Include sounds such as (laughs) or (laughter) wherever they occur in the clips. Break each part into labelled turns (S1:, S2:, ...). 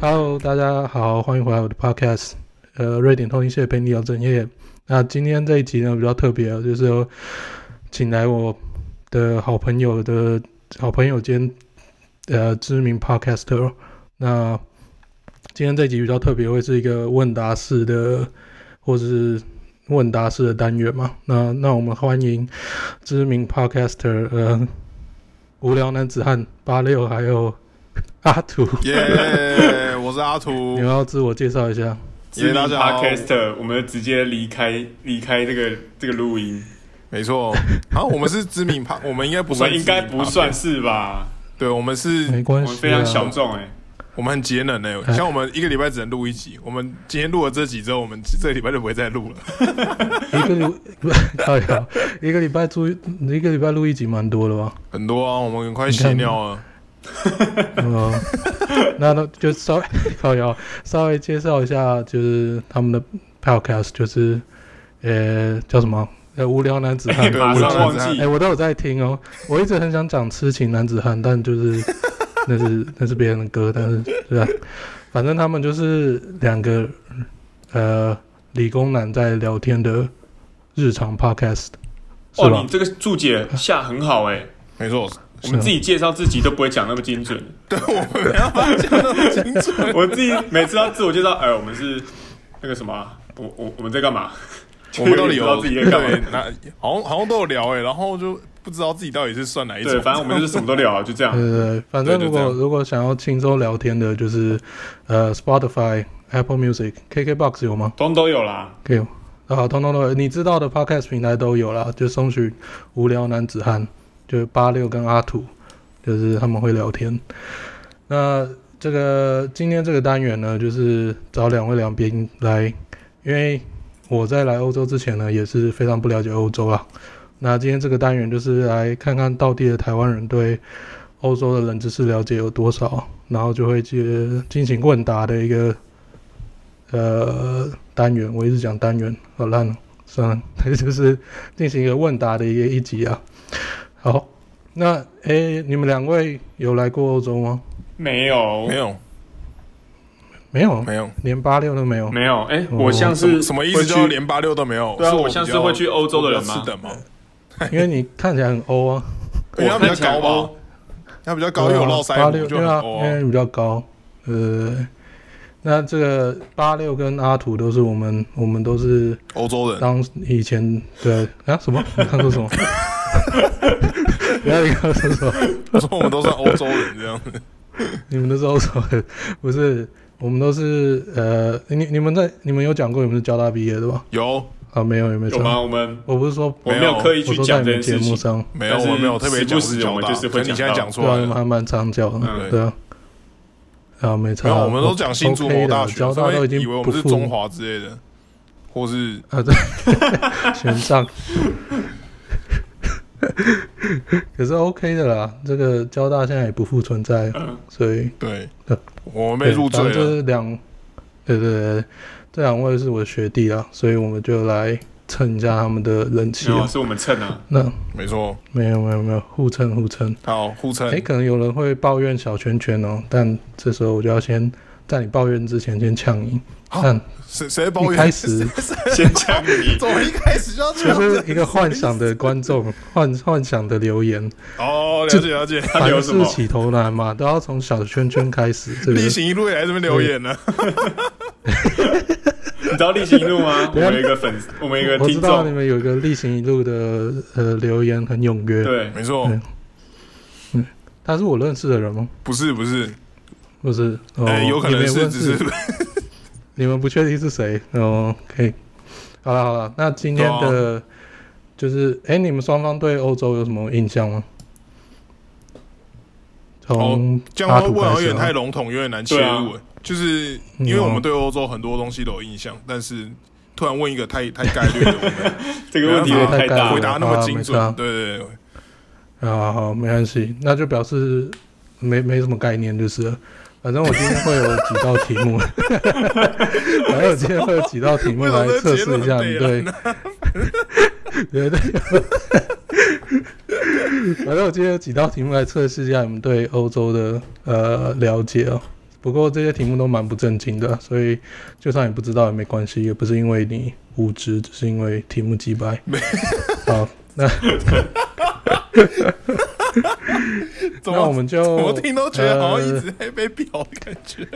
S1: Hello，大家好，欢迎回来我的 Podcast，呃，瑞典通信社陪你聊正业。那今天这一集呢比较特别，就是有请来我的好朋友的好朋友兼呃知名 Podcaster。那今天这集比较特别，会是一个问答式的，或是问答式的单元嘛？那那我们欢迎知名 Podcaster，呃，无聊男子汉八六，还有阿土。
S2: 耶、我是阿图
S1: 你们。要自我介绍一下，
S2: 耶
S3: 知名
S2: 大家好
S3: podcaster，我们直接离开离开这个这个录音，
S2: 没错，好，我们是知名趴，我们应该不
S3: 我
S2: 算，
S3: 们应该不算，是吧？
S2: 对，嗯我们
S1: 没
S2: 是，
S3: 我
S1: 关系、啊，
S3: 们非常小
S2: (laughs)
S3: 众哎、
S2: 我们很节能诶、
S1: 哎
S2: 像我们一个礼拜只能录一集，我们今天录了这集之后，我们这个礼拜就不会再录了。
S1: 一个礼 (laughs) 哎呀，一个礼拜录一个礼拜录一集，蛮多的吧？
S2: 很多啊，我们快歇尿了。
S1: 嗯，那那就稍微靠腰稍微介绍一下，就是他们的 podcast，就是呃叫什么？呃，无聊男子汉。
S2: 对
S3: 马
S2: 我
S3: 上
S2: 是啊
S3: 忘
S2: 男
S1: 哎、
S3: 记，
S1: 我都有在听哦，我一直很想讲痴情男子汉，但就是
S2: (laughs)
S1: 那是那是别人的歌，但是对吧？反正他们就是两个呃理工男在聊天的日常 podcast，是
S3: 哦，
S1: 吧
S3: 你？这个注解下很好哎、
S2: 没错，
S3: 我
S1: 是
S3: 们
S1: 啊
S3: 自己介绍自己都不会讲那么精准，
S2: 我们要把它讲得很清
S3: (laughs)
S2: 楚。
S3: 我自己每次要自我介绍，哎、我们是那个什么啊，我我我们在干嘛？
S2: 我们到底
S3: (laughs) 就有
S2: 有
S3: 点不知道自己在干
S2: 对
S3: 嘛？
S2: 那好像好像都有聊诶、欸然后就不知道自己到底是算哪一种。
S3: 对，反正我们就是什么都聊，啊就这样。
S1: 对对对，反正
S2: 哦对
S1: 如
S2: 就这样
S1: 果如果想要轻松聊天的，就是呃 Spotify、Apple Music、KKBox 有吗？
S3: 通都有啦，
S1: 可以吗啊，通通都有，你知道的 podcast 平台都有啦，就搜寻“无聊男子汉”，就是八六跟阿土，就是他们会聊天。那这个今天这个单元呢，就是找两位两边来，因为我在来欧洲之前呢，也是非常不了解欧洲啦。那今天这个单元就是来看看到地的台湾人对欧洲的冷知识了解有多少，然后就会接进行问答的一个呃单元，我一直讲单元，好烂哦，算了， (laughs) 这就是进行一个问答的一个一集啊。好，那诶、你们两位有来过欧洲吗？
S3: 没有
S2: 没有
S1: 没有，啊
S2: 没有，
S1: 连八六都没有。
S3: 没有，哎、
S1: 哦
S3: 我像
S2: 什
S3: 是
S2: 么什么意思？
S3: 会去
S2: 就是连八六都没有。
S3: 对啊，
S2: 是
S3: 我像是会去欧洲的人
S2: 吗？
S3: 吗
S2: 是？的嘛，
S1: 因为你看起来很欧啊，
S2: 因为他比较高啊吧
S3: 我看起来。哦欧
S2: 他比较 (laughs) 高，又有络
S1: 八
S2: 腮
S1: 六
S2: 胡，就
S1: 对
S2: 很
S1: 啊，
S2: 欧
S1: 因
S2: 啊。
S1: 为比较高，呃，那这个八六跟阿土都是我们，我们都是
S2: 欧洲人，
S1: 当以前的啊什么？你刚说什么？不要你刚说什么？
S2: (laughs) 我说我们都算欧洲人这样
S3: (laughs)
S2: 子。
S1: 你们都是欧洲人，不是？我们都是呃，你你们在你们有讲过你们是交大毕业的吧？
S2: 有
S1: 啊，没有，也没
S3: 有
S1: 讲。
S3: 吗？我们
S1: 我不是说，
S3: 我没有刻意
S1: 我
S3: 去
S1: 说在
S3: 讲
S1: 你
S3: 这件
S1: 们节
S3: 事情
S1: 目。上，
S2: 没有？
S3: 但是
S2: 我没有特别讲
S3: 时不时
S2: 交
S3: 我
S2: 大，
S3: 们就是会
S2: 可是你
S3: 讲
S2: 现
S3: 到
S2: 在讲出
S1: 对啊，
S2: 来
S1: 你们
S2: 了。
S1: 还蛮常讲的。
S3: 嗯
S1: 对啊，啊，没差。
S2: 没有，我们都讲新竹
S1: OK
S2: 某
S1: 的
S2: 大学，
S1: 交大
S2: 所
S1: 都已
S2: 以
S1: 经
S2: 以为我
S1: 不
S2: 们是
S1: 复
S2: 中华之类的，或是
S1: 啊，对，选上。 (laughs) 可是 OK 的啦，这个交大现在也不复存在，
S3: 嗯，
S1: 所以
S2: 对
S1: 对，
S2: 我们被入罪
S1: 对反正
S2: 了。
S1: 这两，对对对，这两位是我的学弟啦，所以我们就来蹭一下他们的人气
S3: 没有，
S1: 啊。
S3: 是我们蹭啊。 (laughs)
S1: 那
S2: 没错，
S1: 没有没有没有，互蹭互蹭。
S2: 好互
S1: 哎、
S3: 嗯
S2: 称。
S1: 可能有人会抱怨小圈圈哦，但这时候我就要先在你抱怨之前先呛你。
S2: 啊
S3: (laughs)
S1: 但
S2: 谁 (laughs) 谁包
S1: 一
S2: 圆
S1: 开？始
S3: 先讲
S2: (laughs)
S3: 你，
S2: 怎么一开始就要这
S1: 就
S2: 样子
S1: 是一个幻想的观众，幻幻想的留言，
S2: (laughs) 哦，了解了解。
S3: 他留
S1: 凡
S3: 什么
S1: 事？起头难嘛，都要从小圈圈开始。这个
S2: 例行一路也来这边留言呢。
S3: 你知道例行一路吗？我们有一个粉丝，我们有一个
S1: 我
S3: 听
S1: 知道你
S3: 众，
S1: 们有一个例行一路的呃留言很踊跃，
S3: 对，
S2: 没错
S1: 对，他是我认识的人哦吗？
S2: 不是不是，
S1: 不是，哦，
S2: 哎，有可
S1: 你
S2: 能
S1: 们也
S2: 是
S1: 认
S2: 只
S1: 识
S2: 是
S1: 你们不确定是谁哦。可以，好了好了，那今天
S2: 啊
S1: 的、就是，哎、你们双方对欧洲有什么印象吗？从
S2: 哦这
S1: 阿
S2: 样会
S1: 土
S2: 问
S1: 开
S2: 有
S1: 始
S2: 点
S1: 啊
S2: 太笼统，有点难切
S3: 对
S2: 入欸
S3: 啊。
S2: 就是因为我们对欧洲很多东西都有印象，但是突然问一个太太概率的，
S1: (laughs)
S2: 我
S3: 这个问题有点太
S2: 们
S3: 大
S2: 回
S3: 了。
S2: 答那么精
S1: 啊没
S2: 准，
S1: 差
S2: 对对对，
S1: 啊，好，没关系，那就表示没没什么概念，就是了，反正我今天会有几道题
S2: (laughs)
S1: 目，反正我今天会有几道题目
S2: 为什
S1: 来
S2: 么
S1: 测
S2: 这
S1: 试
S2: 结论
S1: 一下
S2: 很
S1: 你
S2: 北
S1: 对
S2: 兰，呢？
S1: 对对，反正我今天有几道题目来测试一下你们对欧洲的呃了解哦。不过这些题目都蛮不正经的，所以就算你不知道也没关系，也不是因为你无知，只是因为题目鸡掰。好，那
S2: (laughs) 怎
S1: 那我
S2: 么
S1: 们哦就
S2: 怎么听都觉得好像一
S1: 呃
S2: 直在被表的感
S1: (laughs)
S2: 觉。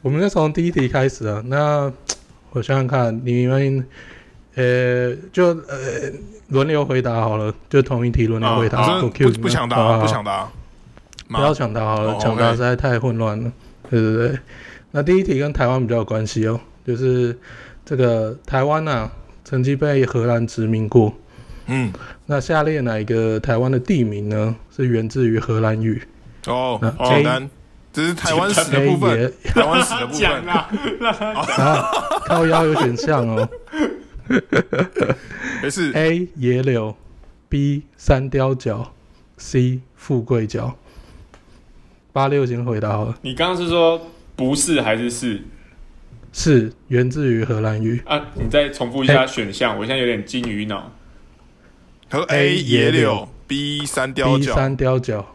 S1: 我们就从第一题开始啊。那我想想看，你们呃，就呃轮流回答好了，就同一题轮流回答。
S2: 啊
S1: 我
S2: 真
S1: Q
S2: 的
S1: 你们
S2: 不不抢
S1: 好好
S2: 答，
S1: 好
S2: 不抢答。
S1: 不要抢答好
S2: 哦
S1: 了，抢答实
S2: OK
S1: 在太混乱了。对对对，那第一题跟台湾比较有关系哦，就是这个台湾啊，曾经被荷兰殖民过。
S2: 嗯，
S1: 那下列哪一个台湾的地名呢？是源自于荷兰语？
S2: 哦
S1: 那，
S2: 简单，只是台湾史的部分，
S1: 也 (laughs)
S2: 台湾史的
S3: 他
S2: 部
S3: 讲
S2: 分。
S3: 啊，
S1: 啊，靠腰有选项哦。
S2: 也是
S1: A 野柳，B 三貂角，C 富贵角。八六先回答好了，
S3: 你刚刚是说不是还是是
S1: 是源自于荷兰语。
S3: 啊？你再重复一下选项，我现在有点金鱼脑。
S2: 他说
S1: A
S2: A 野
S1: 野
S2: 柳
S1: 柳
S2: ，B 三雕
S1: B
S2: 角，
S1: 三貂角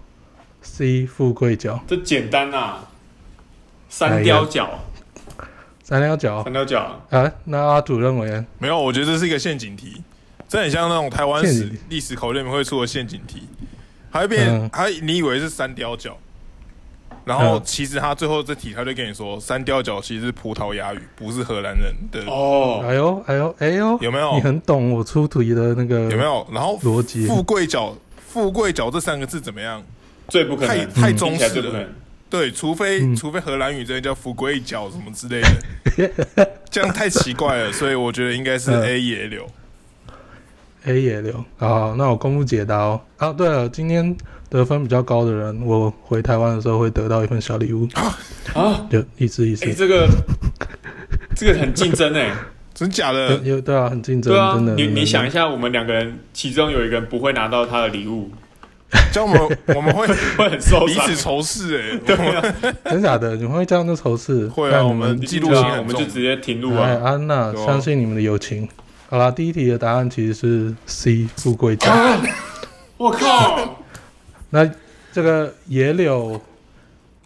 S1: ，C 富贵角。
S3: 这简单啊，三雕角，
S1: 三貂角
S3: 三雕角，
S1: 啊，那阿土认为呢
S2: 没有，我觉得这是一个陷阱题，这很像那种台湾
S1: 陷
S2: 史
S1: 阱题
S2: 历史考卷里面会出的陷阱题，还会变
S1: 嗯，
S2: 还你以为是三雕角，然后
S1: 嗯
S2: 其实他最后这题他就跟你说，三雕角其实是葡萄牙语，不是荷兰人的，
S3: 哦，
S1: 哎呦哎呦哎呦，
S2: 有没有
S1: 你很懂我出题的那个
S2: 有没？有？然后
S1: 逻辑
S2: 富贵角，富贵角这三个字怎么样？
S3: 最不可
S2: 太
S3: 能，嗯
S2: 太中
S3: 听起来
S2: 式
S3: 最不可
S2: 了
S3: 能。。
S2: 对，除非、
S1: 嗯
S2: 除非荷兰语这边叫富贵角什么之类的，
S1: (laughs)
S2: 这样太奇怪了，所以我觉得应该是
S1: 嗯
S2: A 野柳。
S1: A 野柳。好，那我公布解答哦。啊，对了，今天得分比较高的人，我回台湾的时候会得到一份小礼物，
S3: 啊，
S1: 就意思意思
S3: 哎、。这个这个很竞争哎、
S2: 真假的？
S1: 有有对啊，很竞争，
S3: 对啊
S1: 真的。，
S3: 你
S1: 真的
S3: 你想一下，我们两个人其中有一个人不会拿到他的礼物，
S2: 这样我们我
S1: (laughs)
S2: 们会
S3: 会很受
S2: 彼
S3: 伤。
S2: 此仇视哎、
S3: 对啊，
S1: 真假的，你们会这样的仇视？
S2: 会啊
S1: 那你
S2: 我们记录
S3: 对
S2: 性
S3: 啊
S2: 很重
S3: 我们就直接停录
S1: 哎，
S3: 啊。
S1: 安娜，
S2: 对啊
S1: 相信你们的友情。好啦，第一题的答案其实是 C 富贵角。
S3: 我靠，
S1: 那这个野柳，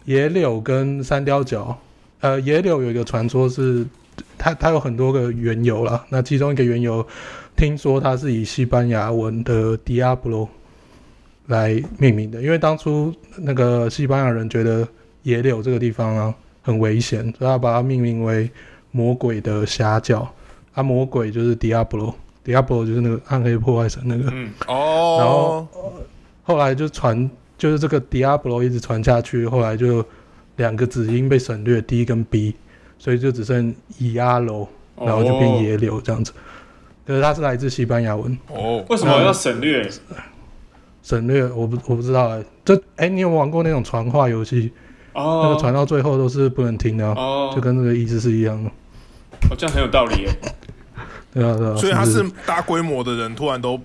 S1: 野柳跟三貂角，呃，野柳有一个传说是，它它有很多个缘由啦。那其中一个缘由，听说它是以西班牙文的 Diablo 来命名的，因为当初那个西班牙人觉得野柳这个地方啊很危险，所以他把它命名为魔鬼的狭角。啊，魔鬼就是 Diablo，Diablo 就是那个暗黑破坏神那个。
S3: 嗯，
S1: 然
S2: 哦
S1: 后，后来就传，就是这个 Diablo 一直传下去，后来就两个子音被省略，D 跟 B，所以就只剩 E R 楼，
S2: 哦
S1: 然后就变野柳这样子。可是它是来自西班牙文，
S2: 哦，
S3: 为什么要省略？
S1: 省略我不我不知道哎、这哎、你有玩过那种传话游戏？
S3: 哦，
S1: 那个传到最后都是不能听的啊、
S3: 哦，
S1: 就跟这个意思是一样的。
S3: 哦，这样很有道理耶。
S1: 对啊对啊，
S2: 所以他
S1: 不
S2: 是大规模的人突然都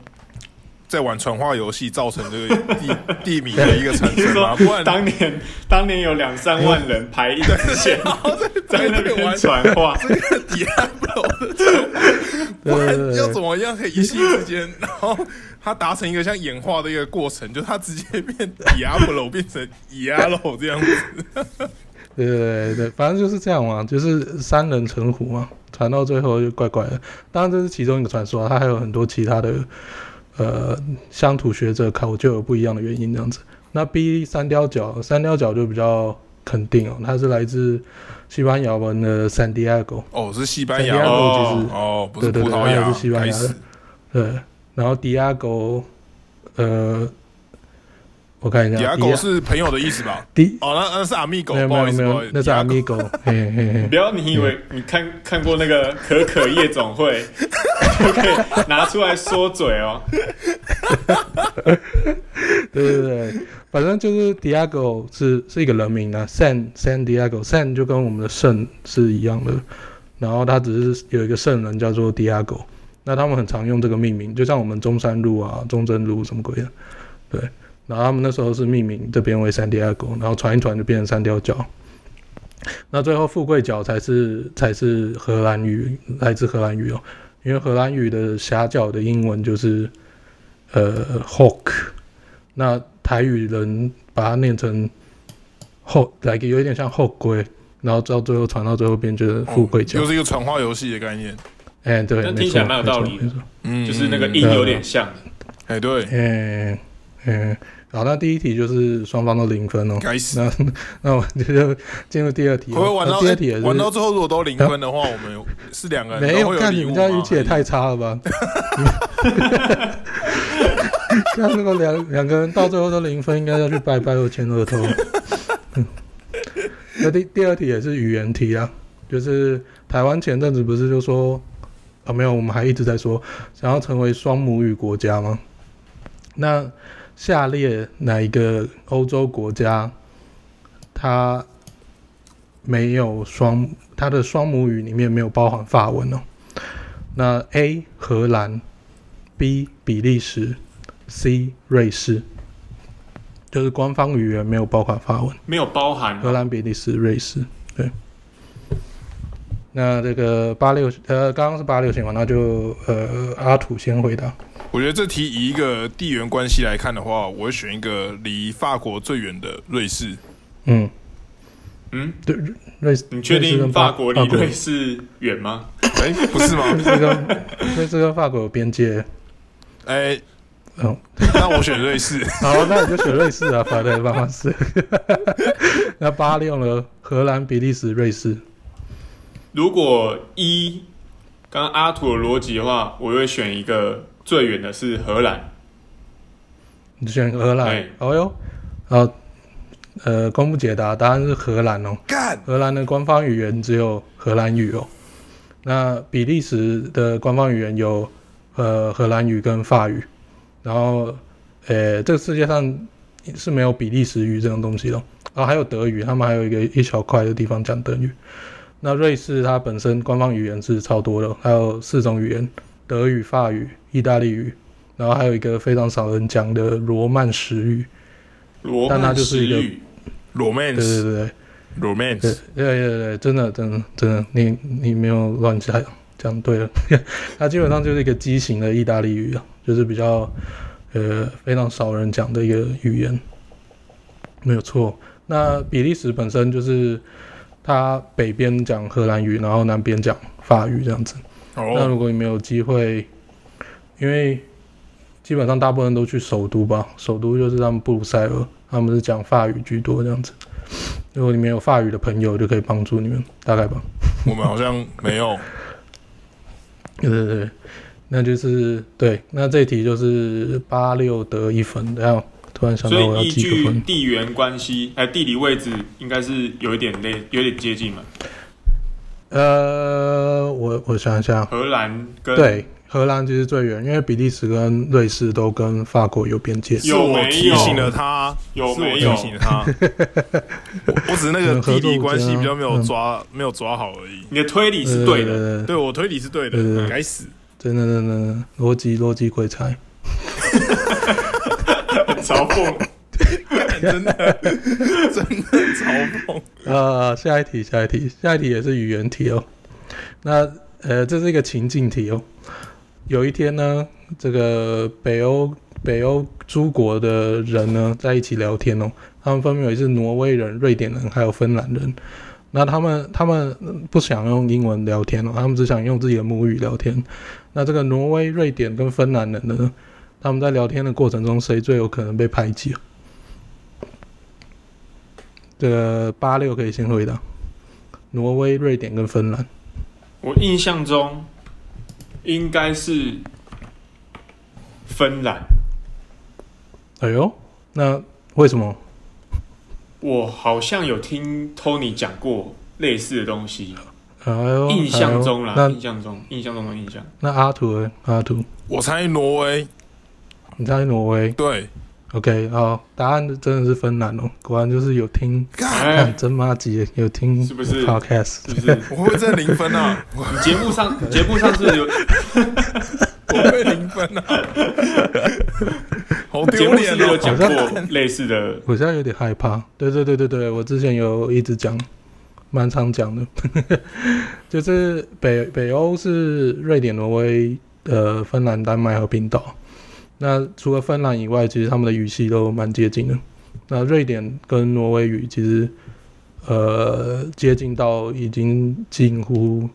S2: 在玩传话游戏，造成这个地地名的一个产
S3: 你是
S2: 生嘛？
S3: 说
S2: 不然
S3: 当年当年有两三万人排一直线
S2: 啊 (laughs)
S3: 在那边传话，
S2: 底下不懂的
S1: 对
S2: 不
S1: 对
S2: 然
S1: 对
S2: 要
S1: 对
S2: 怎
S1: 对，
S2: 么样可以一夕之间，然后他达成一个像演化的一个过程，就他直接变 Diablo 变成 Yellow 这样子。
S1: 对对对对，反正就是这样嘛，就是三人成虎嘛，传到最后就怪怪的。当然这是其中一个传说、啊，它还有很多其他的，呃，乡土学者考究有不一样的原因这样子。那 B 三貂角，三貂角就比较肯定哦，它是来自西班牙文的 San Diego，
S2: 哦，是西班牙
S1: Diablo
S2: 哦
S1: 其实
S2: 哦，不是
S1: 对对
S2: 葡
S1: 对
S2: 萄牙，
S1: 它是西班牙
S2: 开
S1: 的
S2: 始
S1: 对，然后 Diego，呃，我看一下
S2: Diablo 是朋友的意思吧？
S1: D，
S2: 哦，那那是 amigo，
S1: 没有
S2: 不
S1: 没
S2: 好
S1: 有没
S2: 意思，不好
S1: 有
S2: 意思，，
S1: 那是
S2: Diablo
S1: Amigo，嘿嘿嘿
S3: 不。要你以为你看看过那个可可夜总会 (laughs) 就可以拿出来说嘴哦。
S1: (laughs) 对对对，反正就是 Diego 是是一个人名啊，San San Diego，San 就跟我们的圣是一样的，然后他只是有一个圣人叫做 Diego，那他们很常用这个命名，就像我们中山路啊、中正路什么鬼的，对，然后他们那时候是命名这边为 San Diego，然后传一传就变成三貂角。那最后富贵角才是才是荷兰语，来自荷兰语哦，因为荷兰语的狭角的英文就是呃 hawk，那台语人把它念成后来有一点像后归，然后到最后传到最后边就是富贵角
S2: 就，是一个传话游戏的概念。
S1: 哎、对，
S3: 但
S1: 没
S3: 听起来
S1: 错
S3: 蛮有道
S1: 没
S3: 理
S1: 错没错
S2: 嗯
S3: 就是那个音
S2: 一，
S3: 有点像，
S2: 哎，对，
S1: 嗯嗯，好，那第一题就是双方都零分哦。
S2: 该死，
S1: 那那我们就进入第二题哦。
S2: 会不会玩到
S1: 那
S2: 哎
S1: 第二题也是
S2: 玩到最后如果都零分的话，我们有是两个人
S1: 没
S2: 都
S1: 有
S2: 会有
S1: 看
S2: 礼
S1: 你
S2: 物
S1: 们
S2: 吗哎
S1: 家运气也太差了吧？ (laughs) 像那个两两个人到最后都零分，应该要去拜拜或签额头。嗯 (laughs) 那第第二题也是语言题啊，就是台湾前阵子不是就说啊没有，我们还一直在说想要成为双母语国家吗？那下列哪一个欧洲国家它没有双，它的双母语里面没有包含法文哦。那 A 荷兰，B 比利时，C 瑞士，就是官方语言没有包含法文。
S3: 没有包含
S1: 荷兰、比利时、瑞士，对。那这个八六呃，刚刚是八六先嘛，那就呃阿土先回答。
S2: 我觉得这题以一个地缘关系来看的话，我会选一个离法国最远的瑞士。
S1: 嗯，
S3: 嗯，
S1: 对，瑞士，
S3: 你确
S1: 瑞士
S3: 定
S1: 跟
S3: 法国离
S1: 瑞
S3: 瑞士远吗？
S2: 哎，不
S1: (laughs)
S2: 是吗？
S1: 士跟 (laughs) 瑞士跟法国有边界，
S2: 哎，
S1: 嗯，
S2: 那我选瑞
S1: (laughs)
S2: 士。
S1: 好，那你就选瑞士啊， (laughs) 法兰巴哈斯。那八六呢？荷兰、比利时、瑞士。
S3: 如果一刚刚阿土的逻辑的话，我会选一个最远的是荷兰，
S1: 你选荷兰。
S3: 对
S1: 哎呦，好，呃，公布解答，答案是荷兰哦。
S2: 干，
S1: 荷兰的官方语言只有荷兰语哦。那比利时的官方语言有呃荷兰语跟法语，然后呃这个世界上是没有比利时语这种东西的哦。然后还有德语，他们还有一个一小块的地方讲德语。那瑞士它本身官方语言是超多的哦，还有四种语言：德语、法语、意大利语，然后还有一个非常少人讲的罗曼史语。
S3: 罗
S1: 但它
S3: 曼
S1: 就
S3: 史
S1: 是一个
S3: 语，
S1: 对对
S2: romance
S1: 对对。对
S2: romance，
S1: 对对对，真的真的真的，你你没有乱猜，讲对了。 (laughs) 它基本上就是一个畸形的意大利语啊，就是比较呃非常少人讲的一个语言，没有错。那比利时本身就是它北边讲荷兰语，然后南边讲法语这样子。那
S2: 哦，
S1: 如果你没有机会，因为基本上大部分都去首都吧，首都就是他们布鲁塞尔，他们是讲法语居多这样子。如果你们有法语的朋友，就可以帮助你们，大概吧。
S2: 我们好像没有。
S1: 对对对，那就是对，那这一题就是八六得一分，然后突然想
S3: 所
S1: 到我要
S3: 以依
S1: 记个
S3: 据
S1: 分。
S3: 地缘关系，哎，地理位置应该是有一点类，有点接近嘛。
S1: 呃，我我想一下，
S3: 荷兰跟，
S1: 对，荷兰其实最远，因为比利时跟瑞士都跟法国有边界。
S2: 是我提醒了他，
S3: 有
S2: 是我
S3: 没有
S2: 提醒了他。我 (laughs) 我只是那个地理关系比较没
S1: 嗯
S2: 有抓，没有抓好而已。
S3: 你的推理是对的。
S1: 对对
S2: 对我推理是对
S1: 对对
S2: 的，
S1: 对
S2: 该死！
S1: 真的真的真的逻辑逻辑鬼才。
S3: 嘲讽，
S2: 干 (laughs) 真的 (laughs) 真的嘲讽。
S1: 呃，下一题，下一题，下一题也是语言题哦。那呃，这是一个情境题哦。有一天呢，这个北欧北欧诸国的人呢在一起聊天哦，他们分别是挪威人、瑞典人还有芬兰人。那他们他们不想用英文聊天哦，他们只想用自己的母语聊天。那这个挪威、瑞典跟芬兰人呢，他们在聊天的过程中，谁最有可能被排挤啊？这个八六可以先回答，挪威、瑞典跟芬兰。
S3: 我印象中应该是芬兰，
S1: 哎呦，那为什么？
S3: 我好像有听 Tony 讲过类似的东西，
S1: 哎呦，
S3: 印象中
S1: 哎
S3: 啦，
S1: 呦
S3: 印象中，印象中的
S1: (laughs)
S3: 印象。
S1: 那那阿图呢？阿图，
S2: 我猜挪威，
S1: 你在挪威
S2: 对，
S1: ？OK，好，答案真的是芬兰哦，果然就是有听，
S2: 干，
S1: 看
S3: 哎，
S1: 真妈吉有听
S3: 是不是
S1: podcast，
S3: 是不是？
S2: 我会不会真的零分 (laughs) 啊？我
S3: 你节目上，节目上是有，
S2: 我会零 (laughs) 分啊？好
S3: (laughs) 节
S2: 丢
S3: 目是
S2: 脸
S3: 不是有
S2: 哦！
S3: 讲过类似的？
S1: 我现在有点害怕。对对对对对，我之前有一直讲，蛮常讲的， (laughs) 就是北北欧是瑞典、挪威、呃芬兰、丹麦和冰岛。那除了芬兰以外，其实他们的语系都蛮接近的。那瑞典跟挪威语其实呃接近到已经近乎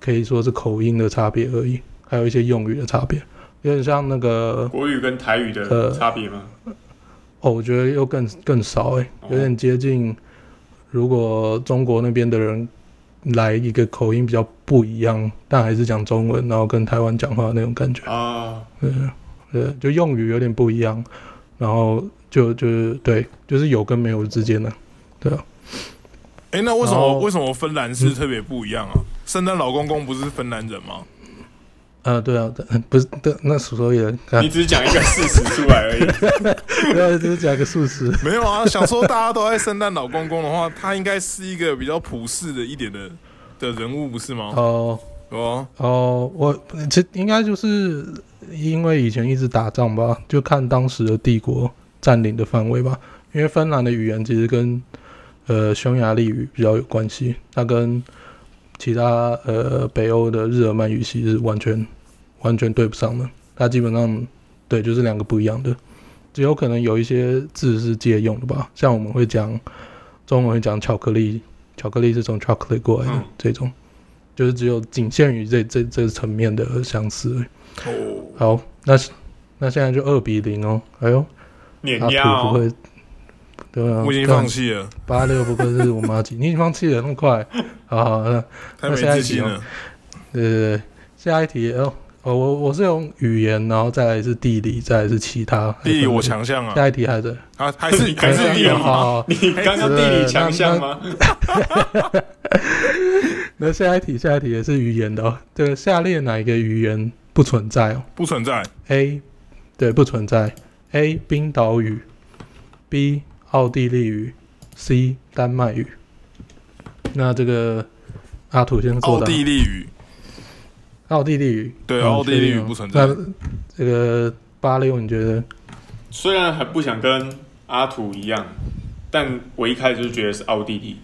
S1: 可以说是口音的差别而已，还有一些用语的差别，有点像那个
S3: 国语跟台语的
S1: 呃
S3: 差别吗？
S1: 哦，我觉得又更更少诶、
S3: 哦
S1: 有点接近。如果中国那边的人来一个口音比较不一样，但还是讲中文，然后跟台湾讲话的那种感觉，
S3: 啊，
S1: 对对，就用语有点不一样，然后就就是对，就是有跟没有之间的，对啊，
S2: 哎、那为什
S1: 然
S2: 么
S1: 后
S2: 为什么芬兰是特别不一样啊？圣诞老公公不是芬兰人吗？
S1: 呃，对啊，但不是，对，那所以啊
S3: 你，只是讲一个事实出来
S1: (laughs)
S3: 而已。
S1: 对啊，只是讲个事
S3: (laughs)
S1: 实，
S2: 没有啊，想说大家都爱圣诞老公公的话，他应该是一个比较普世的一点的的人物，不是吗？
S1: 哦。
S2: 哦，
S1: 哦，我其实应该就是因为以前一直打仗吧，就看当时的帝国占领的范围吧。因为芬兰的语言其实跟呃匈牙利语比较有关系，它跟其他呃北欧的日耳曼语系是完全完全对不上的。它基本上对就是两个不一样的，只有可能有一些字是借用的吧，像我们会讲中文会讲巧克力，巧克力是从 chocolate 过来的、
S3: 嗯
S1: 这种。就是只有仅限于这这这层面的相似而已。
S2: 哦，
S1: 好，那是那现在就二比零哦。哎呦，
S3: 碾
S1: 阿
S3: 压
S1: 啊土不
S3: 哦，
S1: 会，对啊，
S2: 我已经放弃了，
S1: 八六，不愧是我
S2: (laughs)
S1: 妈级，你已经放弃了那么快。好好，那
S2: 太没自信了。
S1: 对对对，下一题哦。哦，我我是用语言，然后再来是地理，再来是其他。
S2: 地理我强项啊，
S1: 下一题还是
S2: 啊，还
S1: (laughs)
S2: 是
S3: 还是地理
S1: 好
S3: 吗
S1: 好好
S3: 你刚刚地理强项
S1: 哎
S3: 吗？
S1: 啊那下一题，下一题也是语言的哦。这个下列哪一个语言不存在哦？
S2: 不存在。
S1: A，对，不存在。A 冰岛语，B 奥地利语，C 丹麦语。那这个阿土先作
S2: 奥
S1: 答。
S2: 地利语，
S1: 奥地利语，
S2: 对
S1: 嗯
S2: 奥地利语不存
S1: 确
S2: 在。
S1: 定哦那这个八六，你觉得？
S3: 虽然很不想跟阿土一样，但我一开始就觉得是奥地利。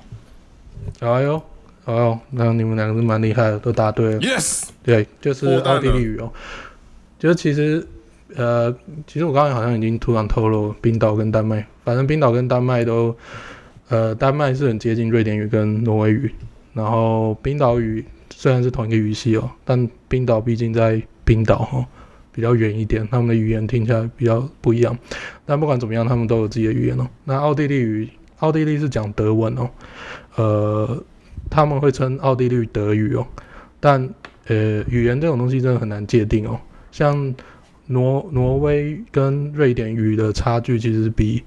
S1: 哎呦，哎呦，那你们两个是蛮厉害的，都答对了。
S2: yes，
S1: 对，就是
S2: 脱单
S1: 奥地
S2: 了
S1: 利语哦。就是其实，呃，其实我刚才好像已经突然透露冰岛跟丹麦，反正冰岛跟丹麦都，呃，丹麦是很接近瑞典语跟挪威语，然后冰岛语虽然是同一个语系哦，但冰岛毕竟在冰岛哦，比较远一点，他们的语言听起来比较不一样。但不管怎么样，他们都有自己的语言哦。那奥地利语，奥地利是讲德文哦，呃，他们会称奥地利德语哦，但呃，语言这种东西真的很难界定哦。像挪挪威跟瑞典语的差距，其实比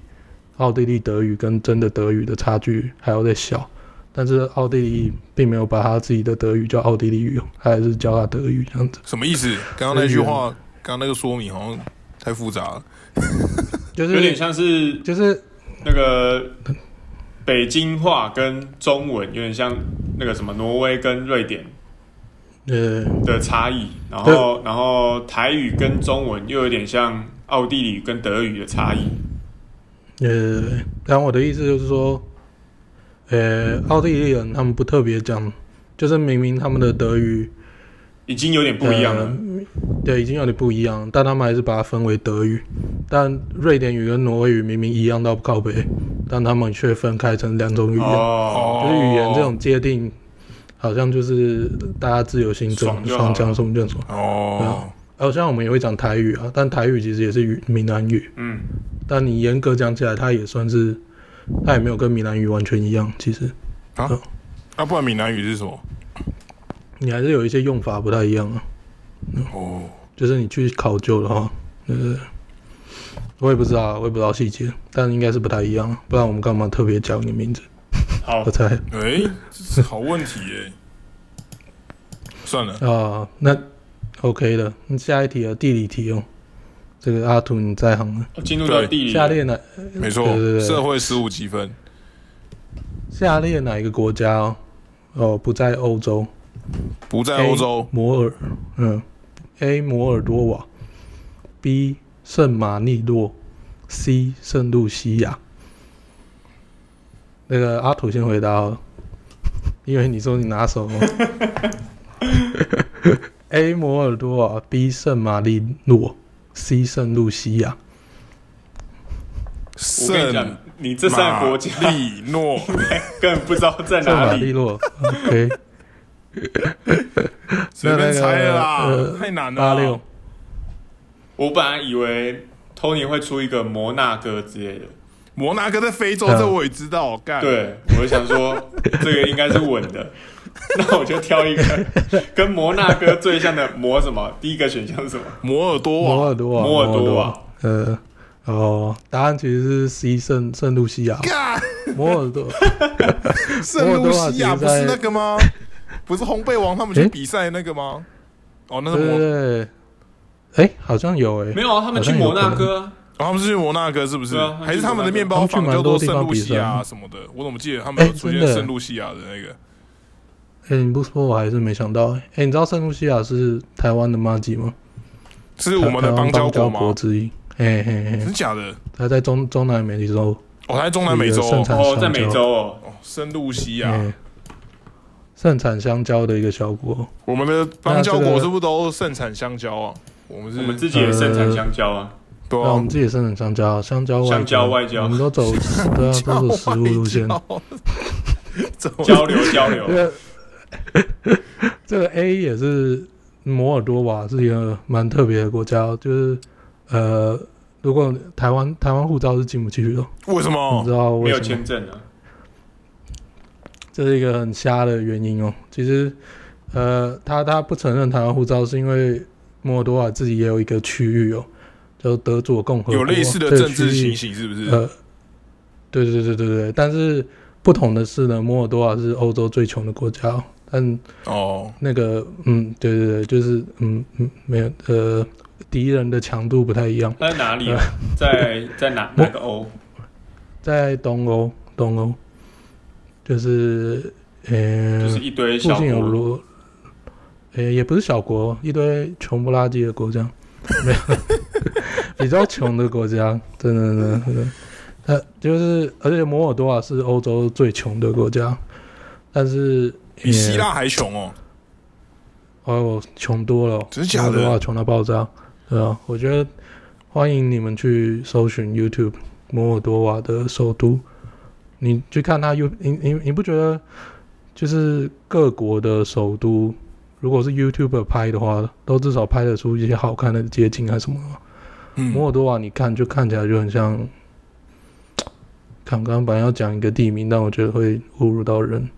S1: 奥地利德语跟真的德语的差距还要再小。但是奥地利并没有把他自己的德语叫奥地利语哦，他还是叫他德语这样子。
S2: 什么意思？刚刚那句话，刚刚那个说明好像太复杂了。
S1: 就
S3: 有点
S1: 是
S3: 像是
S1: 就是
S3: 那个北京话跟中文，有点像那个什么挪威跟瑞典
S1: 呃，
S3: 的差异，然后然后台语跟中文又有点像奥地利语跟德语的差异。
S1: 呃，然后我的意思就是说，呃，奥地利人他们不特别讲，就是明明他们的德语
S3: 已经有点不一样了，
S1: 呃对，已经有点不一样，但他们还是把它分为德语。但瑞典语跟挪威语明明一样到不靠北，但他们却分开成两种语言。
S3: 哦，
S1: 就是语言这种界定，好像就是大家自由心
S3: 爽
S1: 中，
S3: 就好
S1: 想讲什么就什么。
S2: 哦，
S1: 好像我们也会讲台语啊，但台语其实也是语闽南语，
S3: 嗯，
S1: 但你严格讲起来，它也算是，它也没有跟闽南语完全一样。其实
S2: 那啊不然闽南语是什么？
S1: 你还是有一些用法不太一样啊。
S2: 哦，
S1: 就是你去考究的话，呃，我也不知道啊，我也不知道细节，但应该是不太一样啊，不然我们干嘛特别讲你名字？
S3: 好
S1: 我，猜
S2: 哎，这是好问题耶。算了，
S1: 啊，那 OK 的，那下一题啊，地理题哦，这个阿土你在行了。
S3: 进入到地理
S1: 下
S3: 了，
S1: 列哪
S2: 没错
S1: 对对，对
S2: 社会十五积分。
S1: 下列哪一个国家哦？哦，不在欧洲，
S2: 不在欧洲
S1: A，摩尔，嗯，A 摩尔多瓦，B 圣马力诺，C 圣露西亚。那个阿土先回答哦，因为你说你拿手哦。A 摩尔多瓦，B 圣马力诺，C 圣露西亚。
S3: 我跟你
S2: 圣
S3: 讲，你这三个国家
S2: 马利
S1: (laughs)
S2: 诺，
S3: 根本不知道在
S1: 圣
S3: 哪
S1: 马力
S3: 里。
S1: 诺
S3: (laughs)
S1: ，OK，
S2: 随便猜
S1: 那那
S2: 了啦
S1: 个，
S2: 太难了。
S1: 八六，
S3: 我本来以为 Tony 会出一个摩纳哥之类的，
S2: 摩纳哥在非洲，
S1: 嗯
S2: 这我也知道。干，，
S3: 对我就想说这个应该是稳 (laughs) 的，那我就挑一个 (laughs) 跟摩纳哥最像的摩什么？第一个选项是什么？
S2: 摩尔多
S1: 摩
S2: 瓦。
S1: 尔多瓦，
S3: 摩尔多瓦
S1: 呃，哦，答案其实是 C 圣圣露西亚，
S2: 干，
S1: 摩尔多，
S2: 圣露西
S1: 摩
S2: 亚
S1: 尔多瓦其实
S2: 不
S1: 在
S2: 是那
S1: (laughs)
S2: 个吗？不是烘焙王他们去比赛那个吗？哦，那
S1: 对
S2: 是摩，
S1: 对
S2: 哦
S1: 对，哎，好像有哎
S3: 没，有啊，他们去
S1: 好像有
S3: 摩纳哥啊，
S2: 哦他们是去摩纳哥是不是
S3: 对啊？
S2: 还是他们的面包
S1: 他
S2: 房
S1: 们去蛮
S2: 叫
S1: 多
S2: 做
S1: 地
S2: 圣
S1: 方
S2: 露
S1: 比
S2: 西
S1: 赛
S2: 亚什么的？我怎么记得他们有
S1: 哎
S2: 出
S1: 真
S2: 现
S1: 的
S2: 圣露西亚的那个？
S1: 哎，你不说我还是没想到哎，哎，你知道圣露西亚是台湾的妈吉吗？
S2: 是我们的
S1: 台
S2: 邦
S1: 湾
S2: 交
S1: 邦
S2: 国
S1: 交
S2: 吗？嗯
S1: 国之一，嘿嘿
S2: 真
S1: 嘿，
S2: 假的？
S1: 它在中中南美洲，
S2: 哦，他在中南美洲
S1: 盛
S2: 哦，
S1: 产
S3: 哦，在
S1: 香
S3: 美
S1: 蕉
S3: 洲哦，
S2: 哦圣露西亚，
S1: 嗯，盛产香蕉的一个小国，
S2: 我们的邦交
S1: 那这
S2: 国
S1: 个
S2: 是不是都盛产香蕉啊？我们是，
S3: 我们自己也生产香蕉啊，
S2: 对
S1: 那我
S2: 啊
S1: 们，自己也生产香蕉，香蕉外
S3: 香蕉外交
S1: 我们都走对啊，都走食物路线。
S2: (laughs) 怎么
S3: 交流交流
S1: (laughs)
S2: 哦
S1: 这。个 (laughs) 这个 A 也是摩尔多瓦是一个蛮特别的国家，就是呃，如果台湾台湾护照是进不去的，
S2: 为什
S1: 你
S2: 么
S1: 知？道
S3: 没
S1: 为
S3: 有
S1: 什么？
S3: 签证啊，
S1: 这是一个很瞎的原因哦。其实呃，他他不承认台湾护照是因为摩尔多瓦自己也有一个区域哦，叫德佐共和国，
S2: 有类似的
S1: 这个
S2: 政治
S1: 区域
S2: 情形是不是？
S1: 呃，对对对对对，但是不同的是呢，摩尔多瓦是欧洲最穷的国家哦，但
S2: 哦，
S1: 那个嗯，对对对，就是嗯嗯，没有呃，敌人的强度不太一样，
S3: 它在哪里啊？在在哪哪个欧？
S1: 在东欧，东欧就是呃，
S3: 就是一堆
S1: 附
S3: 小
S1: 近有
S3: 国，
S1: 罗，呃，也不是小国，一堆穷不拉几的国家，没有， (laughs) 比较穷的国家，真的真的真的，它就是，而且摩尔多瓦是欧洲最穷的国家，但是
S2: 比希
S1: 也
S2: 腊还穷哦。
S1: 哦，穷多了哦，
S2: 真的假的
S1: 摩尔多瓦穷到爆炸，对啊，我觉得欢迎你们去搜寻 YouTube 摩尔多瓦的首都，你去看它 You，你你你不觉得就是各国的首都，如果是 YouTuber 拍的话，都至少拍得出一些好看的街景啊还是什么的吗？摩
S2: 嗯，
S1: 尔多瓦你看就看起来就很像，看我刚刚本来要讲一个地名，但我觉得会侮辱到人。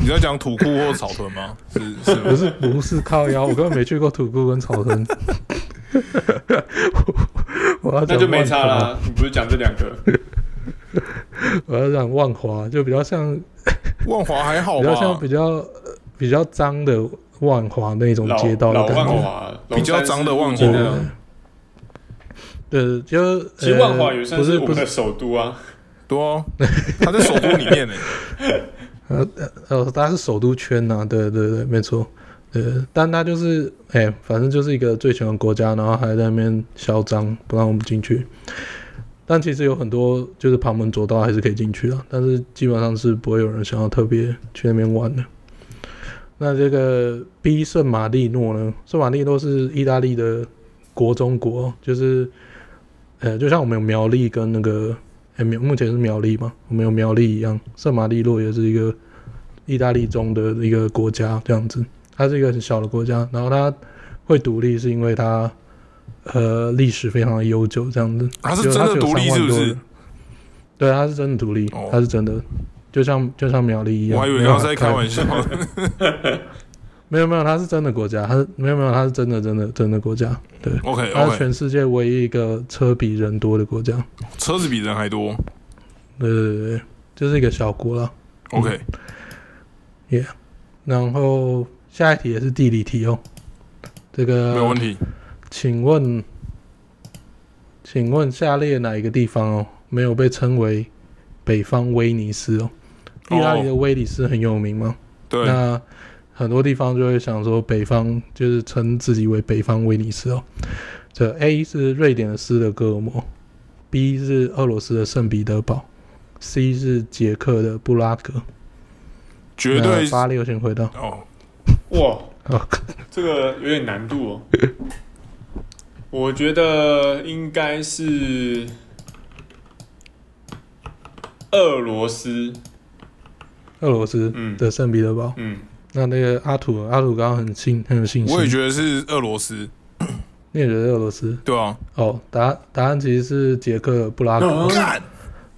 S2: 你在讲土库或草屯吗？是是
S1: (laughs) 不是不是靠腰，我根本没去过土库跟草屯。 (laughs) 我要讲
S3: 那就没差
S1: 万华
S3: 啦。你不是讲这两个？
S1: 我要讲万华，就比较像
S2: 万华还好
S1: 比较像
S2: 吧
S1: 比？较呃比较脏的万华那种
S3: 老
S1: 街道
S3: 老
S1: 的感
S3: 万
S1: 觉。
S3: 华，
S2: 比较脏的万华
S3: 龙山寺附近那种
S1: 对，就
S3: 其实万华也
S1: 呃、
S3: 算
S1: 不
S3: 是
S1: 是
S3: 我
S1: 不
S3: 们的
S1: 是
S3: 首都啊，
S2: 对啊，他在首都里
S1: (laughs)
S2: 面呢。
S1: 呃呃，它是首都圈呐、对对对，没错。呃，但它就是哎、反正就是一个最穷的国家，然后还在那边嚣张，不让我们进去。但其实有很多就是旁门左道还是可以进去的，但是基本上是不会有人想要特别去那边玩的。那这个 B 圣马力诺呢？圣马力诺是意大利的国中国，哦就是呃，就像我们有苗栗跟那个哎、苗目前是苗栗嘛，我们有苗栗一样，圣马力诺也是一个意大利中的一个国家这样子。它是一个很小的国家，然后它会独立是因为它呃历史非常的悠久这样子。
S2: 他是
S1: 就
S2: 真
S1: 它
S2: 的
S1: 有
S2: 独立
S1: 3万
S2: 是不
S1: 多
S2: 是
S1: 人？？对，它是真的独立，
S2: 哦
S1: 它是真的，就像就像苗栗一样。
S2: 我还以为
S1: 没
S2: 你
S1: 有
S2: 要在开
S1: (laughs)
S2: 玩笑。
S1: 没有没有，它是真的国家，它是没有没有，它是真的真的真的国家，
S2: OK
S1: 它是
S2: OK，
S1: 全世界唯一一个车比人多的国家。
S2: 车子比人还多。
S1: 对对对对，就是一个小国了。
S2: OK，
S1: 然后下一题也是地理题哦，这个
S2: 没有问题。
S1: 请问，请问下列哪一个地方哦，没有被称为北方威尼斯哦？
S2: 哦
S1: 意大利的威尼斯很有名吗？
S2: 对，
S1: 那很多地方就会想说北方就是称自己为北方威尼斯哦。这 A 是瑞典的斯德哥尔摩，B 是俄罗斯的圣彼得堡，C 是捷克的布拉格。
S2: 绝对
S1: 那八六先回到
S2: 哦，
S3: 哇，
S1: 哦，
S3: 这个有点难度哦。我觉得应该是俄罗斯，
S1: (laughs) 俄罗斯
S3: 嗯
S1: 的圣彼得堡。
S3: 嗯，
S1: 那那个阿土，阿土刚刚很信，很有信心。
S2: 我也觉得是俄罗斯，
S1: 你也觉得俄罗斯？
S2: 对啊，
S1: 哦，答案答案其实是捷克布拉格，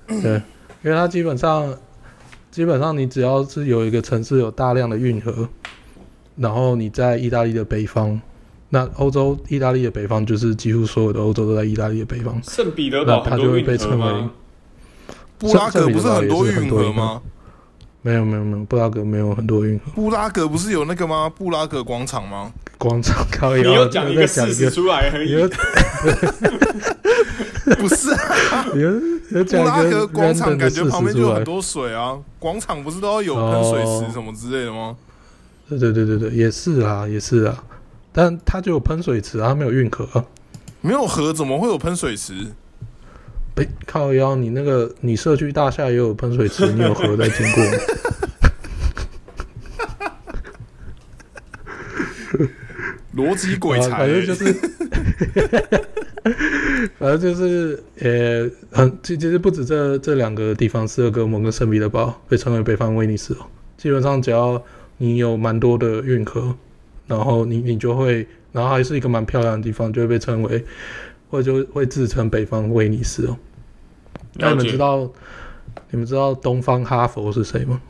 S3: 嗯
S2: 干
S1: 因为它基本上基本上你只要是有一个城市有大量的运河，然后你在意大利的北方，那欧洲意大利的北方就是几乎所有的欧洲都在意大利的北方。
S3: 圣彼得堡
S1: 那它
S3: 很
S1: 就
S3: 多
S1: 会
S3: 运
S1: 被
S3: 河
S1: 称为
S3: 吗？
S2: 布拉格不是很多
S1: 圣彼得堡也是
S2: 运
S1: 很多
S2: 河
S1: 运河
S2: 吗？
S1: 没有没有没有，布拉格没有很多运河
S2: 布拉格不是有那个吗？布拉格广
S1: (laughs)
S2: 场吗？
S1: 广场高
S3: 你
S1: 也
S3: 又
S1: 要
S3: 讲
S1: 又在
S3: 一个
S1: 啊讲
S3: 事
S1: 一
S3: 实
S1: 个，
S3: 出来而
S1: 你
S3: 已，
S1: 又
S2: 不是啊，
S1: 你又你又
S2: 布
S1: 讲
S2: 拉
S1: 一
S2: 格
S1: 个
S2: 广场
S1: random
S2: 感
S1: 的事
S2: 觉
S1: 实
S2: 旁边就
S1: 出
S2: 有很
S1: 来。
S2: 多水啊，广场不是都要有喷水
S1: 哦
S2: 池什么之类的吗？
S1: 对对对对对，也是啊也是啊，但它就有喷水池啊，它没有运河啊。
S2: 没有河怎么会有喷水池？
S1: 北哎靠腰，你那个你社区大厦也有喷水
S3: (laughs)
S1: 池，你有河在经过吗？
S2: 逻辑鬼
S1: 啊
S2: 才
S1: 反
S2: 欸，
S1: 正就是， (laughs) 反正就是，呃，很其其实不止这这两个地方，斯德哥尔摩跟圣彼得堡被称为北方威尼斯哦。基本上只要你有蛮多的运河，然后你你就会，然后还是一个蛮漂亮的地方，就会被称为，或者就会自称北方威尼斯哦。那
S3: 了
S1: 你们
S3: 解
S1: 知。道，你们知道东方哈佛是谁吗？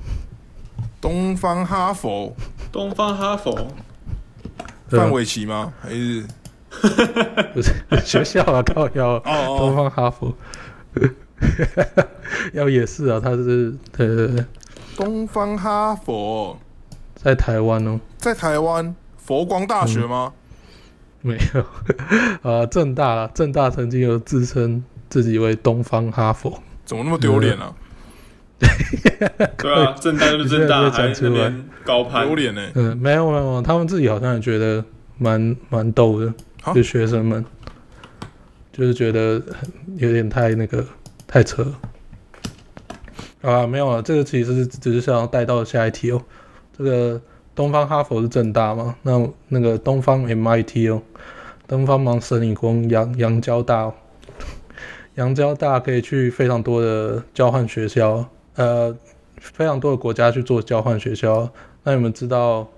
S2: 东方哈佛
S3: 东方哈佛，
S1: 对啊
S2: 范玮琪吗？还是
S1: 不是 (laughs) 学校啊，靠腰啊。
S2: 哦
S1: 东
S2: 哦，
S1: 方哈佛， (laughs) 要也是啊，他是呃
S2: 东方哈佛
S1: 在台湾哦，
S2: 在台湾佛光大
S1: 嗯
S2: 学吗？
S1: 没有， (laughs) 呃，正大啦，正大曾经有自称自己为东方哈佛，
S2: 怎么那么丢脸啊？
S3: 对啊，正大就是正
S1: 哎你
S3: 大，
S1: 现在就
S3: 还那
S1: 讲出来
S3: 边高攀
S2: 丢，脸欸呢？
S1: 嗯、没有没有，他们自己好像也觉得蛮蛮逗的
S2: 啊，
S1: 就学生们，就是觉得很有点太那个太扯了。啊，没有啊，这个其实是只是想要带到下一题哦。这个东方哈佛是正大嘛？那那个东方 MIT 哦，东方麻省理工、洋洋交大、哦，洋交大可以去非常多的交换学校，呃，非常多的国家去做交换学校。那你们知道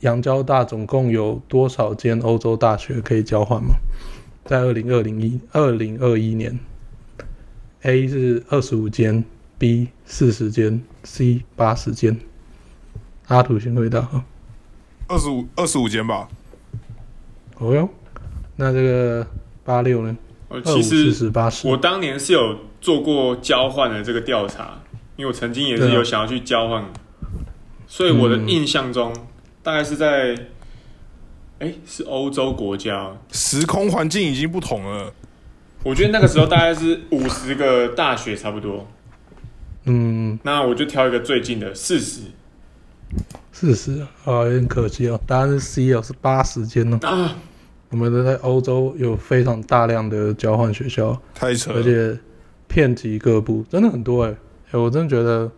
S1: 洋交大总共有多少间欧洲大学可以交换吗？在二零二零一二零二一年，A 是二十五间，B 四十间，C 八十间。阿土先回答哦。
S2: 二十五二十五间吧，
S1: 哦哟，那这个八六呢？
S3: 呃
S1: 二
S3: 其
S1: 五四
S3: 实
S1: 十八十。
S3: 我当年是有做过交换的这个调查，因为我曾经也是
S1: 对啊
S3: 有想要去交换，所以我的
S1: 嗯
S3: 印象中大概是在，哎、是欧洲国家哦，
S2: 时空环境已经不同了。
S3: 我觉得那个时候大概是五十个大学差不多，
S1: 嗯，
S3: 那我就挑一个最近的四十
S1: 四十啊，有点可惜哦。答案是 C 哦，是八十间哦。
S3: 啊，
S1: 我们都在欧洲有非常大量的交换学校。
S2: 太扯
S1: 而
S2: 了！
S1: 且遍及各部，真的很多哎、欸欸我真的觉得，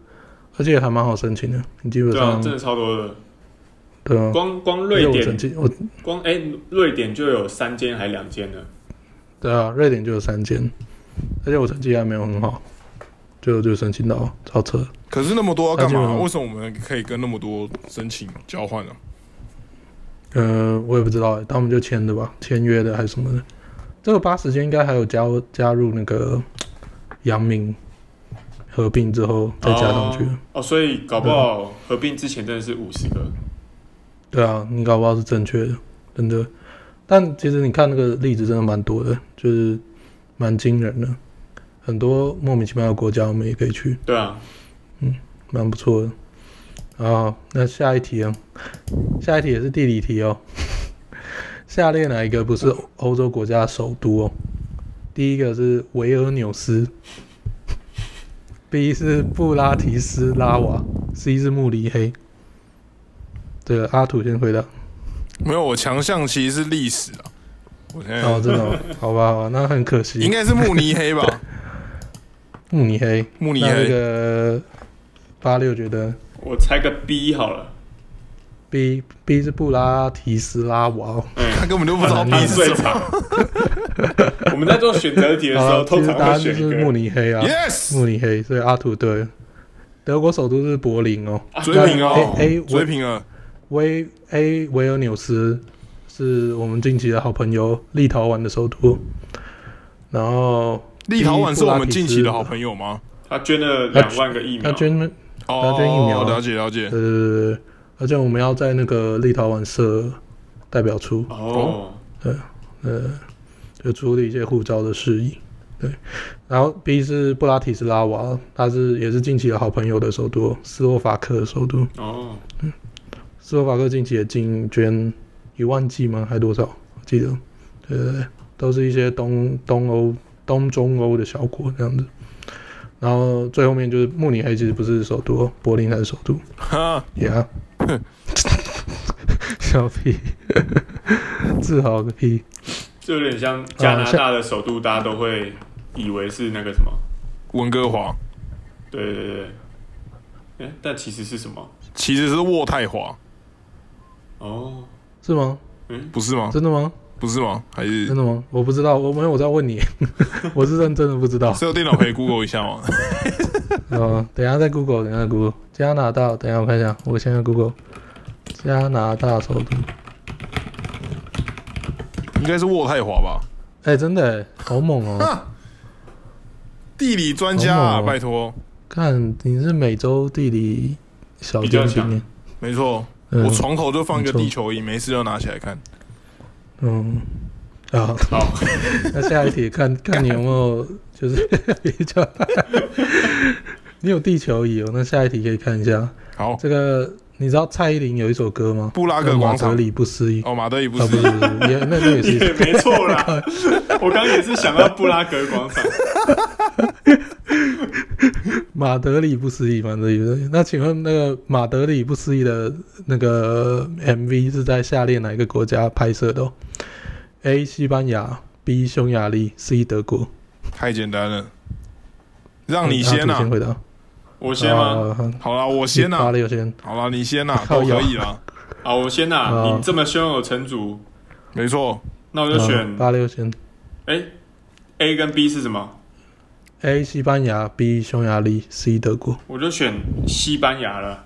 S1: 而且还蛮好申请的。你基本
S3: 对啊
S1: 上，
S3: 真的超多的，
S1: 对啊，
S3: 光光
S1: 因为
S3: 瑞
S1: 我曾
S3: 典，
S1: 经我
S3: 光哎、瑞典就有三间还两间了，
S1: 对啊，瑞典就有三间，而且我成绩还没有很好，就就申请到超车。
S2: 可是那么多要干
S1: 那基本
S2: 嘛？
S1: 上
S2: 为什么我们可以跟那么多申请交换呢、
S1: 呃，我也不知道、欸，他们就签的吧，签约的还是什么的。这个八十间应该还有加加入那个阳明合并之后再加上去。
S3: 哦哦，所以搞不好合并之前真的是五十个，
S1: 对啊，你搞不好是正确的，真的。但其实你看那个例子真的蛮多的，就是蛮惊人的，很多莫名其妙的国家我们也可以去，
S3: 对啊，
S1: 蛮不错的。好，那下一题啊，下一题也是地理题哦。下列哪一个不是欧洲国家的首都哦？第一个是维尔纽斯，B 是布拉提斯拉瓦，C 是慕尼黑。这个阿土先回答。
S2: 没有，我强项其实是历史啊。我 (laughs) 现在、
S1: 哦，真的哦、 (laughs) 好吧，好吧，那很可惜。
S2: 应该是慕尼
S1: (laughs)
S2: 黑吧？
S1: 慕尼黑，
S2: 慕尼
S1: 那那
S2: 黑
S1: 个八六觉得
S3: 我猜个 B 好了。
S1: B B 是布拉提斯拉瓦哦，
S3: 嗯 (laughs)
S2: 他根本就不知道
S1: 嗯
S2: 历
S3: 他
S2: 史
S3: 最
S2: 什么。
S3: 长，我们在做选择题的时候，
S1: 啊，其
S3: 通
S1: 实
S3: 常
S1: 答案
S3: 会
S1: 就
S3: 选一
S1: 是慕
S3: 个
S1: 尼黑啊
S2: Yes，
S1: 慕尼黑，所以阿土对。德国首都是柏林哦，
S3: 啊
S2: 追平哦
S1: A- A-
S2: 追平了。
S1: 维 A 维尔纽斯是我们近期的好朋友立陶宛的首都，然后
S2: 立陶宛是我们近期的好
S1: 友，
S2: 朋友吗？
S3: 他捐了两万个疫
S1: 他
S3: 苗，
S1: 捐
S2: 哦，
S1: 捐疫苗啊
S2: 了解了解。
S1: 对对对对对，呃而且我们要在那个立陶宛设代表处，
S3: 哦，
S1: 呃，就处理一些护照的事宜。对，然后 B 是布拉提斯拉瓦，它是也是近期的好朋友的首都，斯洛伐克的首都。
S3: 哦，
S1: 斯洛伐克近期也进捐一万剂吗？还多少？我记得，对对对，都是一些东东欧、东中欧的小国这样子。然后最后面就是慕尼黑，其实不是首都，柏林才是首都。
S2: 哈，
S1: 呀， (laughs) 小屁， (laughs) 自豪个屁！
S3: 这有点像加拿大的首都，大家都会以为是那个什么，
S2: 温哥华
S3: 对对对对，哎，但其实是什么？
S2: 其实是渥太华，
S3: 哦，
S1: 是吗？
S2: 不是吗？
S1: 真的吗？
S2: 不是吗？还是
S1: 真的吗？我不知道，我没有，我在问你， (laughs) 我是认真的不知道。
S2: 是有电脑可以 Google 一
S1: (laughs)
S2: 下吗？
S1: 呃，等一下再 Google，等一下再 Google 加拿大，等一下我看一下，我现在 Google 加拿大首都。
S2: 应该是渥太华吧。
S1: 哎、真的、欸，好猛哦、
S2: 哈，啊地理专家啊，
S1: 好猛哦
S2: 拜托，
S1: 看你是美洲地理小精
S3: 比较
S1: 灵
S3: 强
S1: 耶，
S2: 没错，
S1: 嗯
S2: 我床头就放一个
S1: 没错
S2: 地球仪，没事就拿起来看。
S1: 嗯啊，
S3: 好，
S1: (laughs) 那下一题看看你有没有就是 (laughs) 比较，你有地球仪哦，那下一题可以看一下。
S2: 好，
S1: 这个你知道蔡依林有一首歌吗？
S2: 布拉格
S1: 叫
S2: 广
S1: 马德
S2: 场，
S1: 里不思议。
S2: 哦，马德里不
S1: 啊，不
S2: 是
S1: 是不是，也那那也是一首
S3: 也 (laughs) 没错啦。我刚刚也是想到布拉格广场，
S1: 马德里不思议，马德里不思议。那请问那个马德里不思议的那个 MV 是在下列哪一个国家拍摄的哦？A. 西班牙，B. 匈牙利，C. 德国。
S2: 太简单了，让你
S1: 嗯阿
S2: 先
S1: 土
S2: 啊
S1: 先。回答。
S3: 我先吗？
S1: 啊？好
S2: 好啦，我先
S1: 八
S2: 啊。
S1: 六先。
S2: 好啦，你先啊，
S1: 靠
S2: 都
S1: 腰
S2: 可以啦。
S3: 啊，我先呐，
S1: 啊
S3: 你这么胸有成竹，
S2: 没错，
S3: 那我就选
S1: 嗯八六先。
S3: 哎，A 跟 B 是什么？
S1: A. 西班牙，B. 匈牙利，C. 德国。
S3: 我就选西班牙了。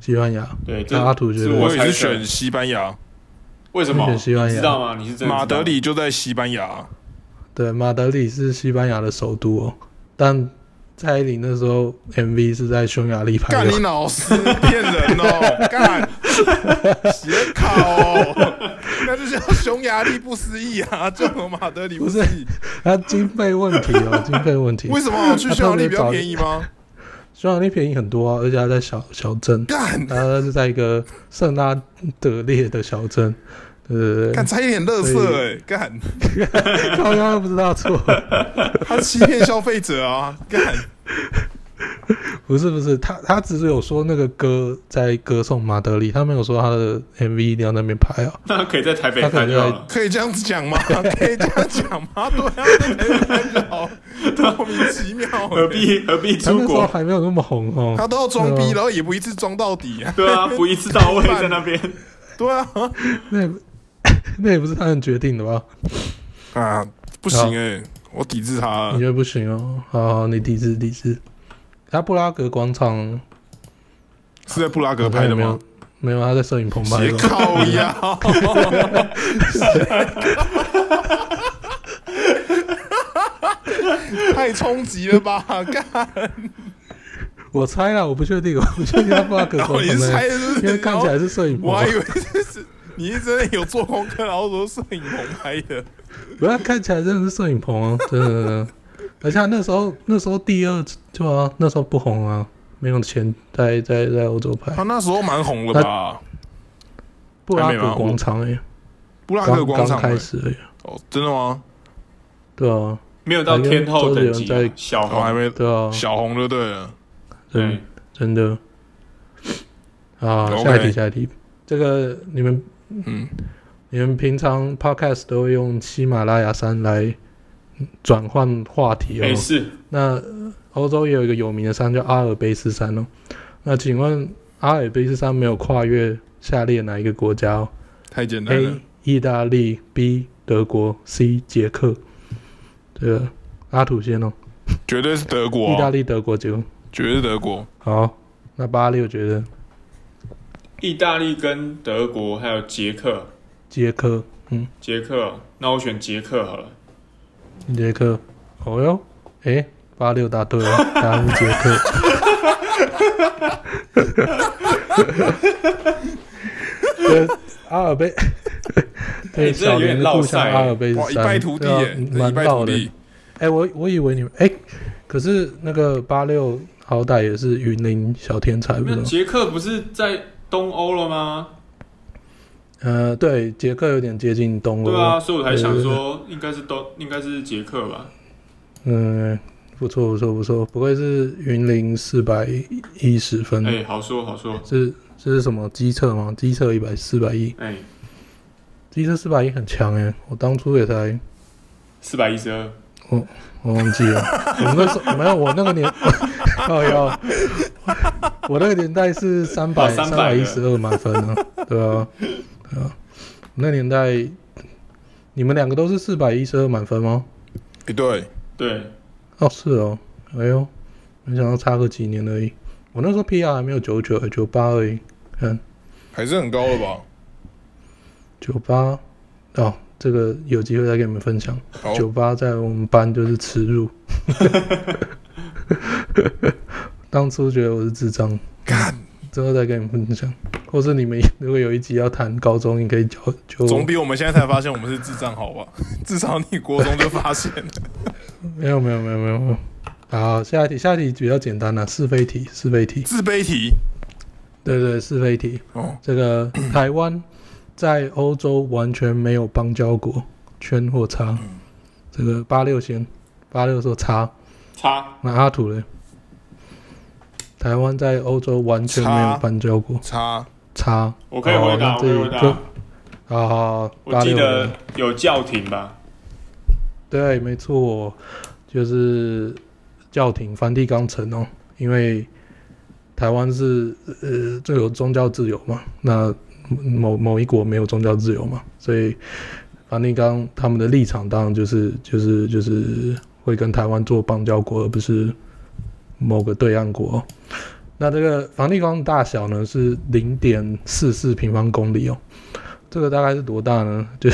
S1: 西班牙。
S3: 对，
S1: 那阿土觉
S3: 这
S1: 得
S3: 是
S1: 我
S2: 我
S3: 猜
S2: 也是
S3: 测
S2: 选西班牙，
S3: 为什么？
S1: 我选西班牙
S3: 你知道吗？你是真的知道
S2: 马德里就在西班牙。
S1: 对，马德里是西班牙的首都哦，但蔡依林那时候 MV 是在匈牙利拍
S2: 干
S1: 的
S2: 你
S1: 哦。
S2: 老师骗
S1: (laughs)
S2: 人哦，干写考哦，那就叫匈牙利不思议啊，叫什么马德里不思议？
S1: (laughs) 它啊经费问题哦，经费问题。
S2: 为什么去匈牙利比较便宜吗？
S1: 匈牙利便宜很多啊，而且它在小小
S2: (laughs)
S1: 镇，
S2: 干
S1: 然后它是在一个圣拉德烈的小镇，对对
S2: 干差一点乐色哎，干
S1: 对，刚刚不知道错， (laughs)
S2: 他欺骗消费者啊， (laughs) 干
S1: 不是不是，他他只是有说那个歌在歌颂马德里，他没有说他的 MV 一定要在那边拍啊，
S3: (laughs) 那可以在台北
S1: 他可
S3: 拍
S1: 能
S3: 就好
S1: 在
S3: 了。
S2: 可以这样子讲 (laughs) 吗？可以这样讲吗？ (laughs) 对啊，太好， (laughs) 莫名其妙欸，
S3: 何必何必
S1: 他那
S3: 出
S1: 时候
S3: 国？
S1: 还没有那么红哦，
S2: 他都要装逼，
S1: 对啊
S2: 然后也不一次装到底啊，
S3: 对啊，不一次到位在那边。
S2: 对啊，
S1: 那也 (coughs) 不那也不是他能决定的吧？
S2: (laughs) 啊不行哎，我抵制他啊了
S1: 你觉。得不行哦？好好，你抵制抵制。他布拉格广场
S2: 是在布拉
S1: 好
S2: 格
S1: 像
S2: 拍
S1: 也
S2: 的
S1: 没
S2: 吗
S1: 有？？没有，他在摄影棚拍
S2: 别
S1: 的。
S2: 靠呀！ (laughs) 太冲击了吧！干，
S1: 我猜啦，我不确定， (laughs) 我不确定他布
S2: (laughs)
S1: 拉格
S2: 然
S1: 广
S2: 后
S1: 场
S2: 你
S1: 在
S2: 是
S1: 哪
S2: 猜
S1: 里
S2: 的是不
S1: 因
S2: 是
S1: 为？看起来是摄影棚
S2: 然 (laughs) 后我
S1: 啊
S2: 还，以为这是你是真的有做功课，然后说摄影棚拍的。
S1: 不要看起来真的是摄影棚哦， (laughs) 真的真的。而且他那时候那时候第二对啊，那时候不红啊，没有钱在在在欧洲拍
S2: 他那时候蛮红的吧？
S1: 布拉
S2: 还没
S1: 格
S2: 吗
S1: 广场哎，
S2: 布拉格
S1: 刚
S2: 广
S1: 刚
S2: 场
S1: 开
S2: 欸
S1: 始而已，
S2: 哦，真的吗？
S1: 对啊
S3: 没有到天后等级
S1: 还跟
S3: 啊
S1: 周杰伦在，
S3: 小
S2: 我还
S3: 红
S2: 没
S1: 对啊，
S2: 小红就对了。
S1: 真
S3: 对，
S1: 真的啊，
S2: OK
S1: 下一题下一题，这个你们
S2: 嗯，
S1: 你们平常 podcast 都会用喜马拉雅山来嗯转换话题哦，
S2: 哎
S3: 没事。
S1: 那呃欧洲也有一个有名的山叫阿尔卑斯山哦。那请问阿尔卑斯山没有跨越下列哪一个国家、哦、
S2: 太简单了
S1: ？A. 意大利 B. 德国 C. 捷克这个阿土先哦，
S2: 绝对是德国
S1: 意大
S2: 哦，
S1: 利、德国结果
S2: 绝对是德国。
S1: 好。那八六觉得
S3: 意大利跟德国还有捷克，
S1: 捷克，嗯，
S3: 捷克，那我选捷克好了。
S1: 捷克，哦哟，诶，八六答对了， (laughs) 答案是捷克。呃阿尔
S2: (laughs)
S1: 卑，对，
S2: 哎
S3: 你这
S1: 小
S3: 有点
S1: 林的故
S3: 落
S1: 乡
S3: 赛
S1: 阿尔卑
S2: 欸哇，
S1: 斯
S2: 一
S1: 山，
S2: 败涂地
S1: 对啊
S2: 耶，
S1: 嗯
S2: 这一
S1: 蛮
S2: 败
S1: 绕
S2: 涂
S1: 的。
S2: 地。
S1: 哎、我我以为你们哎、可是那个八六好歹也是云林小天才，不是
S3: 那
S1: 吗？
S3: 捷克不是在东欧了吗？
S1: 呃，对，捷克有点接近东欧。
S3: 对啊，所以我才想说，应该是东，应该是捷克吧。
S1: 嗯，不错不错不错，不愧是云林四百一十分，
S3: 哎，好说好说，
S1: 是这是什么机测吗？机测一百四百一，
S3: 哎，
S1: 机测四百一很强哎、我当初也才
S3: 四百一十二，
S1: 我忘记了，我那时候没有我那个年， (laughs) 哦哟，我那个年代是三百
S3: 哦300
S1: 三百一十二满分啊，对啊，对啊，那年代你们两个都是四百一十二满分吗？
S2: 哎，对，
S3: 对，
S1: 哦，是哦，哎呦，没想到差个几年而已。我那时候 PR 还没有九九，九八而已，看
S2: 还是很高了吧？
S1: 九八哦，这个有机会再跟你们分享。
S2: 好，
S1: 酒吧在我们班就是耻辱。
S2: (laughs)
S1: 当初觉得我是智障，
S2: 干
S1: 之后再跟你们分享，或是你们 (laughs) 如果有一集要谈高中，你可以教就
S2: 总比我们现在才发现我们是智障好吧？ (laughs) 至少你国中就发现了。 (laughs)
S1: 没有没有没有没有没有。好，下一题，下一题比较简单了、是非题，是非题，
S2: 自卑题
S1: 对对，是非题。
S2: 哦，
S1: 这
S2: (coughs)
S1: 个台湾在欧洲完全没有邦交国，圈或叉。
S2: 嗯
S1: 这个八六先，八六说叉，
S3: 差
S1: 那阿土嘞？台湾在欧洲完全没有邦交国，
S2: 差
S1: 叉。
S3: 我可以回答，
S1: 哦那
S3: 我可以
S1: 这
S3: 回
S1: 里
S3: 答。
S1: 就啊，好
S3: 我
S1: 八
S3: 记
S1: 六
S3: 得有教廷吧？
S1: 对，没错，就是教廷梵蒂冈城哦，因为台湾是呃最有宗教自由嘛，那某某一国没有宗教自由嘛，所以梵蒂冈他们的立场当然就是就是就是会跟台湾做邦交国，而不是某个对岸国哦、那这个梵蒂冈大小呢是零点四四平方公里哦，这个大概是多大呢？ (laughs) 就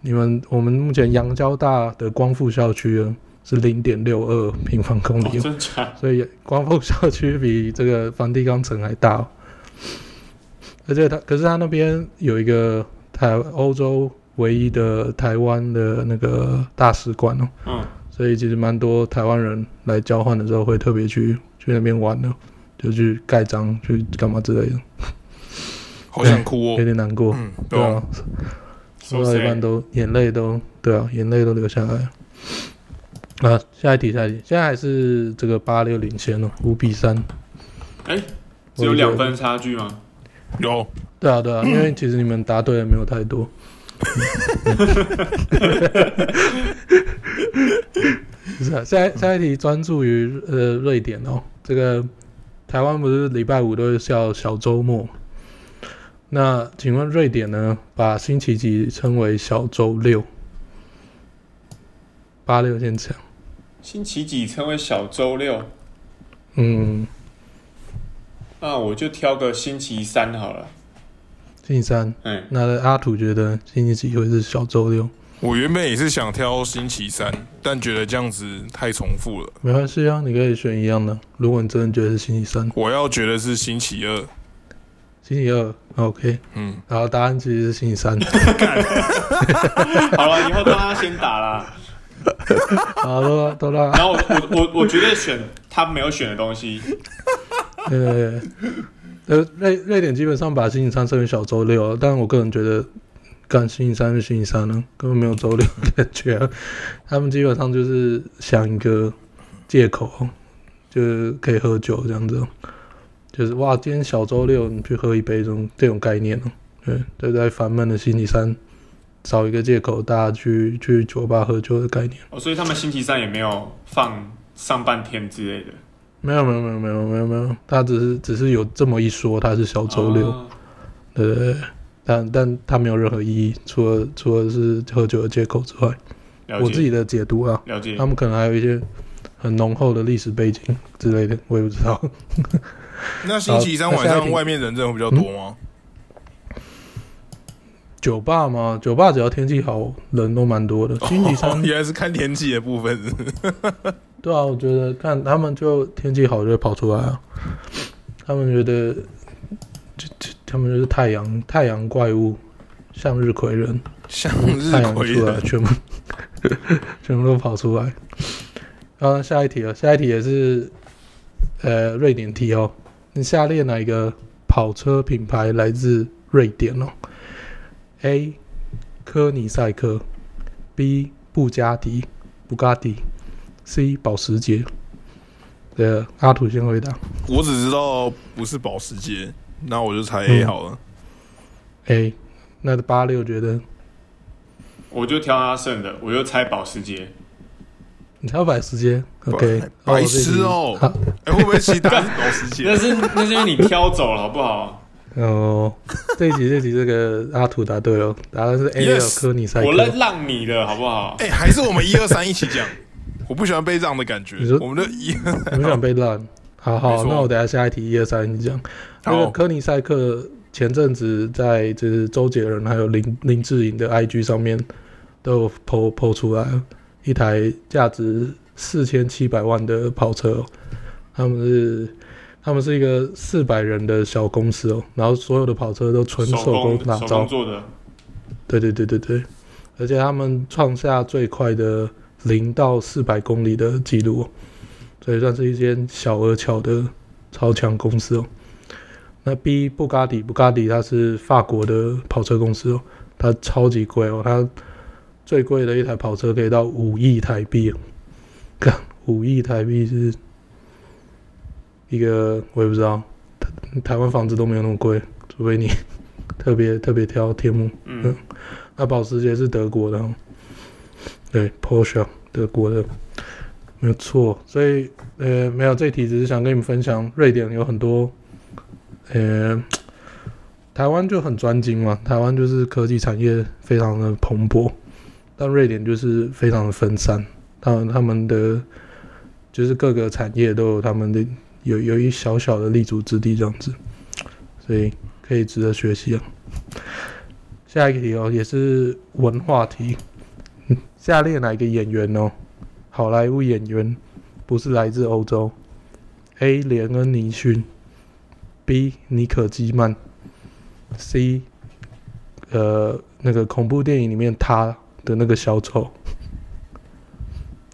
S1: 你们我们目前阳交大的光复校区呢是零点六二平方公
S3: 哦
S1: 里、哦，
S3: 真假？
S1: 所以光复校区比这个梵蒂冈城还大、哦。而且它，可是它那边有一个台欧洲唯一的台湾的那个大使馆哦， (laughs)
S3: 嗯，
S1: 所以其实蛮多台湾人来交换的时候会特别去去那边玩的，哦就去盖章去干嘛之类的，
S2: 好想哭
S1: 有
S2: 哦。
S1: 点难过。
S2: 嗯，
S1: 哎对
S2: 对啊
S1: 啊，说到一半都眼泪都对啊，眼泪都流下来了。啊，下一题，下一题，现在还是这个八六领先哦，五比三。
S3: 哎，只有两分差距吗？
S2: 有
S1: 对啊，对啊，因为其实你们答对的没有太多。 (laughs) 是啊，下一下一题专注于呃瑞典哦，这个台湾不是礼拜五都是叫小周末嘛，那请问瑞典呢，把星期几称为小周六？八六先讲，
S3: 星期几称为小周六？
S1: 嗯，
S3: 那我就挑个星期三好了。
S1: 星期三。
S3: 哎， (laughs)
S1: 那阿土觉得星期几会是小周六？
S2: 我原本也是想挑星期三，但觉得这样子太重复了。
S1: 没关系啊，你可以选一样的。如果你真的觉得是星期三。
S2: 我要觉得是星期二。
S1: 星期二，OK，
S2: 嗯，
S1: 然后答案其实是星期三。 (laughs)
S3: 好了，以后都让他先打啦。
S1: 好，都啦都啦，
S3: 然后我我我我绝对选他没有选的东西。
S1: 呃，呃，瑞瑞典基本上把星期三设为小周六，啊但我个人觉得，干星期三就星期三了、啊根本没有周六的感觉、啊。 (laughs) 他们基本上就是想一个借口，就是可以喝酒这样子，啊就是哇，今天小周六，你去喝一杯这种这种概念哦、对，就在烦闷的星期三找一个借口，大家去去酒吧喝酒的概念。
S3: 哦，所以他们星期三也没有放上半天之类的。
S1: 没有没有没有没有没有没有，他只是只是有这么一说，他是小周六，
S3: 哦
S1: 呃，但但他没有任何意义，除了除了是喝酒的借口之外，
S3: 了
S1: 我
S3: 解
S1: 自己的解读啊，
S3: 了解
S1: 他，们可能还有一些很浓厚的历史背景之类的，我也不知道。
S2: 那星期三晚
S1: 好那下一
S2: 上
S1: 题
S2: 外面人真的会比较多吗？
S1: 酒吧嘛，酒吧只要天气好，人都蛮多的。星期
S2: (laughs)
S1: 三
S2: 哦原来是看天气的
S1: (laughs)
S2: 部分，
S1: 对啊，我觉得看他们就天气好就会跑出来啊，他们觉得这这他们就是太阳太阳怪物，向日葵人，
S2: 向
S1: 太
S2: 日
S1: 阳
S2: 葵啊
S1: 出来
S2: 人。
S1: 全部全部都跑出来。然后下一题了，啊下一题也是呃瑞典题哦。你下列哪一个跑车品牌来自瑞典哦？A. 科尼赛克，B. 布加迪布加迪，C. 保时捷。呃，阿土先回答。
S2: 我只知道不是保时捷，那我就猜 A 好了。
S1: A，那八六觉得
S3: 我就挑阿胜的，我就猜保时
S1: (laughs)
S3: 捷。
S1: 你猜保时捷？OK，
S2: 白白痴哦
S1: 好
S2: 哎、会不会其他是保时 (laughs) 捷？
S3: 那是那是因为你挑走了，好不
S1: (laughs)
S3: 好？
S1: 哦，这一题这一题这个阿土答对了，答案是 A L
S2: Yes，
S1: 科尼赛
S3: 我让
S1: 克。
S3: 让你的好不好？
S2: 哎、还是我们一二三一起讲。我不喜欢被让的感觉
S1: 你说。
S2: 我们的一
S1: 我想被烂。好好
S2: 没，错
S1: 那我等一下下一题一二三你讲。那
S2: 好
S1: 个科尼赛克前阵子在就是周杰伦还有林林志颖的 I G 上面都有 PO PO 出来了一台价值四千七百万的跑车、哦，他们是他们是一个四百人的小公司哦，然后所有的跑车都 (laughs) 纯手
S3: 工
S1: 工打
S3: 手
S1: 造
S3: 工，做的，
S1: 对对对对对，而且他们创下最快的零到四百公里的记录、哦，所以算是一间小而巧的超强公司哦。那 B 布加迪，布加迪它是法国的跑车公司哦，它超级贵哦，它最贵的一台跑车可以到五亿台币、哦， (laughs) 看五亿台币是一个我也不知道，台台湾房子都没有那么贵，除非你 (laughs) 特别特别挑天幕。
S3: 嗯，
S1: 那保时捷是德国的哦，对，Porsche 德国的，没有错。所以呃，没有这一题只是想跟你们分享，瑞典有很多，呃，台湾就很专精嘛，台湾就是科技产业非常的蓬勃，但瑞典就是非常的分散，他们他们的就是各个产业都有他们的有有一小小的立足之地这样子，所以可以值得学习啊。下一个题哦，也是文化题。嗯下列哪一个演员哦？好莱坞演员不是来自欧洲？A. 连恩·尼逊，B. 尼可基曼，C. 呃，那个恐怖电影里面他的那个小丑。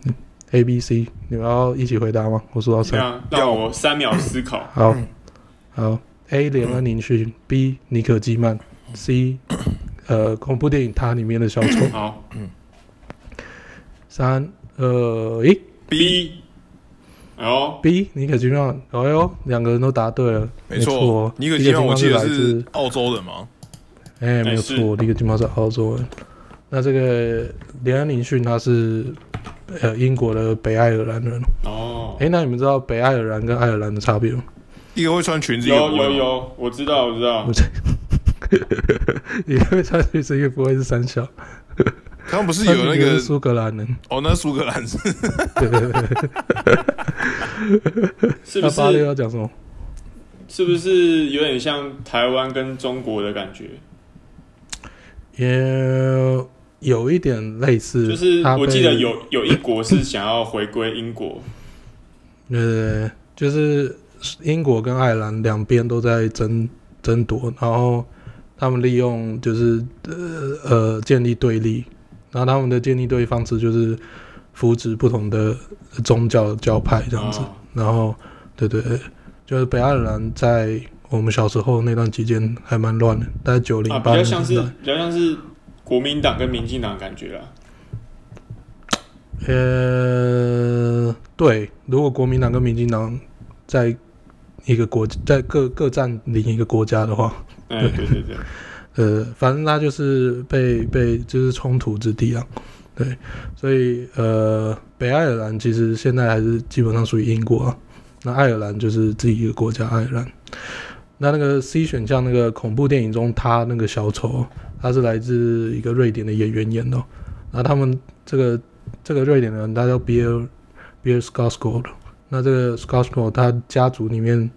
S1: 嗯 A、B、C，你们要一起回答吗？我说到
S3: 这
S1: 谁？
S3: 样让我三秒思
S1: (laughs)
S3: 考。。
S1: 好，好，A 连恩尼逊，B 尼可基曼，C 呃恐怖电影它里面的小丑
S3: (clears throat) 好
S1: 三二一
S3: ，B，哎呦，
S1: ，B 尼可基曼。哎呦，两个人都答对了，
S2: 没
S1: 错
S2: 错，，尼可基曼我记得
S1: 来自
S2: 是澳洲的嘛，
S1: 哎，没有
S3: 是
S1: 错，那个地方是澳洲人。那这个连恩·林逊他是呃英国的北爱尔兰人。
S3: 哦，
S1: 哎，那你们知道北爱尔兰跟爱尔兰的差别吗？
S2: 一个会穿裙子，一个
S3: 有
S2: 不会
S3: 有
S2: 吗。
S3: 有，我知道我知道
S2: 哦
S1: 我，这 (laughs) 你会猜对这个不会是三小，
S2: 他们不是有那
S1: 他们
S2: 个
S1: 是苏格兰人。
S2: 哦，那苏格兰是
S1: 对对对对。
S3: 是不
S1: 那八六
S3: 是
S1: 要讲什么？
S3: 是不是有点像台湾跟中国的感觉？
S1: 也有一点类似，
S3: 就是
S1: 它
S3: 我记得
S1: 被，
S3: 有有一国是想要回归英国，
S1: 呃，就是英国跟爱尔兰两边都在争争夺，然后他们利用就是呃呃建立对立，然后他们的建立对立方式就是扶植不同的宗教教派这样子，
S3: 哦
S1: 然后对对对，就是北爱尔兰在我们小时候那段期间还蛮乱的，大概九零
S3: 啊，比
S1: 八
S3: 较
S1: 零
S3: 像
S1: 年
S3: 是
S1: 代。
S3: 比较像是国民党跟民进党的感觉啦。
S1: 呃，对，如果国民党跟民进党在一个国在各各占领一个国家的话，
S3: 哎，对对对，
S1: 呃，反正它就是被被就是冲突之地啊，对，所以呃，北爱尔兰其实现在还是基本上属于英国啊，那爱尔兰就是自己一个国家，爱尔兰。那那个 C 选项那个恐怖电影中他那个小丑哦，他是来自一个瑞典的演员演的哦、那他们这个这个瑞典人，他叫 Bill Bill s c o t s g o l d 那这个 s c o t s g o l d 他家族里面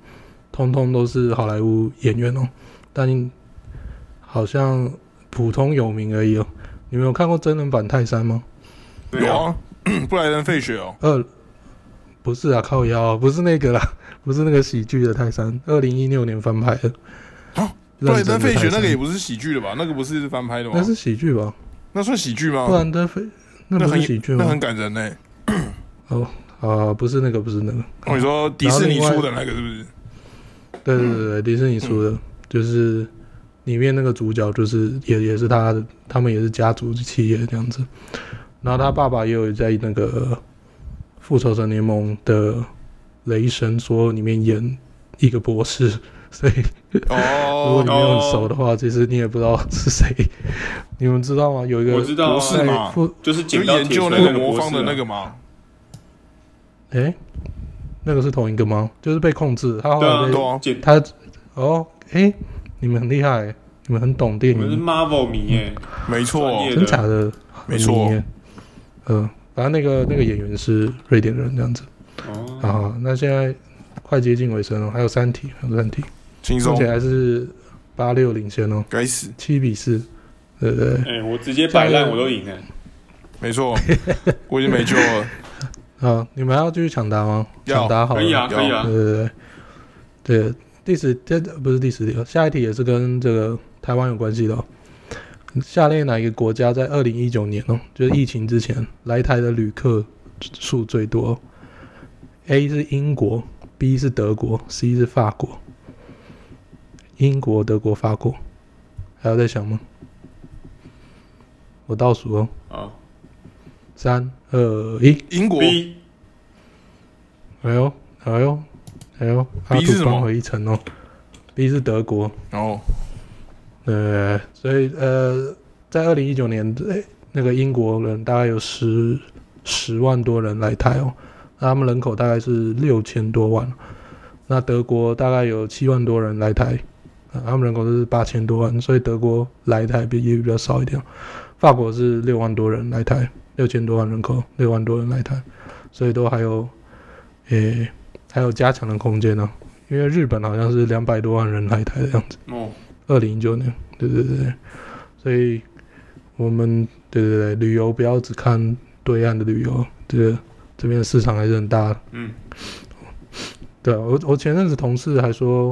S1: 通通都是好莱坞演员哦，但好像普通有名而已哦。你们有看过真人版泰山吗？
S3: 没
S2: 有啊， (clears throat) 布莱恩费雪哦，
S1: 二不是啊，靠腰、不是那个啦， (laughs) 不是那个喜剧的泰山，二零一六年翻拍的。
S2: 啊布
S1: 认
S2: 莱
S1: 真的
S2: 恩
S1: 泰山
S2: 费雪那个也不哦是喜剧的吧？那个不是翻拍的吗
S1: 那？是啊喜剧吧？
S2: 那算喜剧
S1: 布
S2: 吗？
S1: 兰登菲那
S2: 哦那
S1: 不
S2: 很
S1: 是喜剧
S2: 那
S1: 吗
S2: 很？感人呢。
S1: 啊，不是那个，不是那个。
S2: 哦，你说迪士尼出的那个是不是？
S1: 对对
S3: 嗯
S1: 对对，迪士尼出的，就是里面那个主角就是也也是他的，他们也是家族企业这样子。然后他爸爸也有在那个呃《复仇者联盟》的雷神说里面演一个博士， (laughs) 所以如果
S2: 哦
S1: 你，没有很熟的话，其实你也不知道是谁。 (laughs) 你们知道吗？有一个
S3: 我知道啊
S2: 不是
S1: 在
S2: 嘛
S1: 复
S3: 就是
S2: 就
S3: 剪刀
S2: 研
S3: 铁
S2: 究
S3: 锤
S2: 那个
S3: 个
S2: 魔
S3: 博
S2: 方
S3: 士
S2: 的
S3: 啊
S2: 那个嘛。
S1: 诶，那个是同一个吗？就是被控制，他后
S3: 对啊
S1: 来被、
S2: 对啊
S3: 剪，
S1: 他哦，诶，你们很厉害，你们很懂电
S3: 我们是
S1: 影，
S3: Marvel 迷耶，
S2: 没错
S3: 专，业
S1: 真假的，
S2: 没错
S1: 很迷耶。呃，反正那个那个演员是瑞典人这样子
S3: 哦，
S1: 啊。那现在快接近尾声了，还有三题，还有三题，
S2: 轻
S1: 目
S2: 松，
S1: 前还是八六领先哦，
S2: 该死，
S1: 七比四，对不对？
S3: 哎，我直接摆烂我都赢了，
S2: 没错，
S1: (laughs)
S2: 我已经没救了。
S1: 啊，你们还要继续抢答吗？
S2: 要
S1: 抢答好了
S3: 可以啊，
S2: 有
S3: 可以啊
S1: 对，对对，对，第十这不是第十题，下一题也是跟这个台湾有关系的、哦。下列哪一个国家在二零一九年哦，就是疫情之前来台的旅客数最多哦？A 是英国，B 是德国，C 是法国。英国、德国、法国，还要再想吗？我倒数哦，
S3: 好
S1: 三二一，
S2: 英国
S3: B
S1: 哎呦，哎呦，哎呦，阿
S2: B 是什
S1: 土
S2: 么
S1: 扳回一城哦。B 是德国，
S2: 哦，
S1: 呃，所以呃，在二零一九年，哎，那个英国人大概有十十万多人来台哦，那他们人口大概是六千多万，那德国大概有七万多人来台，啊，他们人口都是八千多万，所以德国来台比也比较少一点哦，法国是六万多人来台，六千多万人口，六万多人来台，所以都还有，诶，还有加强的空间呢、哦因为日本好像是两百多万人来台的样子。
S3: 哦，
S1: 二零一九年，对对对，对所以我们对对对，旅游不要只看对岸的旅游，这个这边的市场还是很大的。
S3: 嗯，
S1: 对啊我我前阵子同事还说，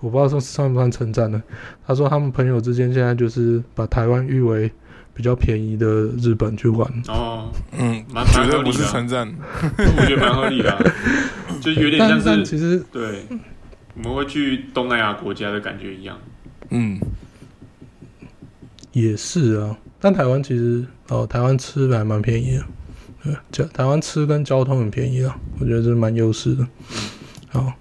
S1: 我不知道说算不算称赞呢？他说他们朋友之间现在就是把台湾誉为比较便宜的日本去玩，
S3: 哦，
S2: 嗯，
S3: 蛮
S2: 绝
S3: 蛮
S2: 对
S3: 合
S2: 不
S3: 理
S2: 是
S3: 的，
S2: 称赞，
S3: 我觉得蛮合理
S1: (laughs)
S3: 的啊，就有点
S1: 但但
S3: 像是
S1: 其实
S3: 对，我们会去东南亚国家的感觉一样，
S2: 嗯，
S1: 也是啊，但台湾其实哦，台湾吃还蛮便宜的，对，交台湾吃跟交通很便宜啊，我觉得这是蛮优势的。好，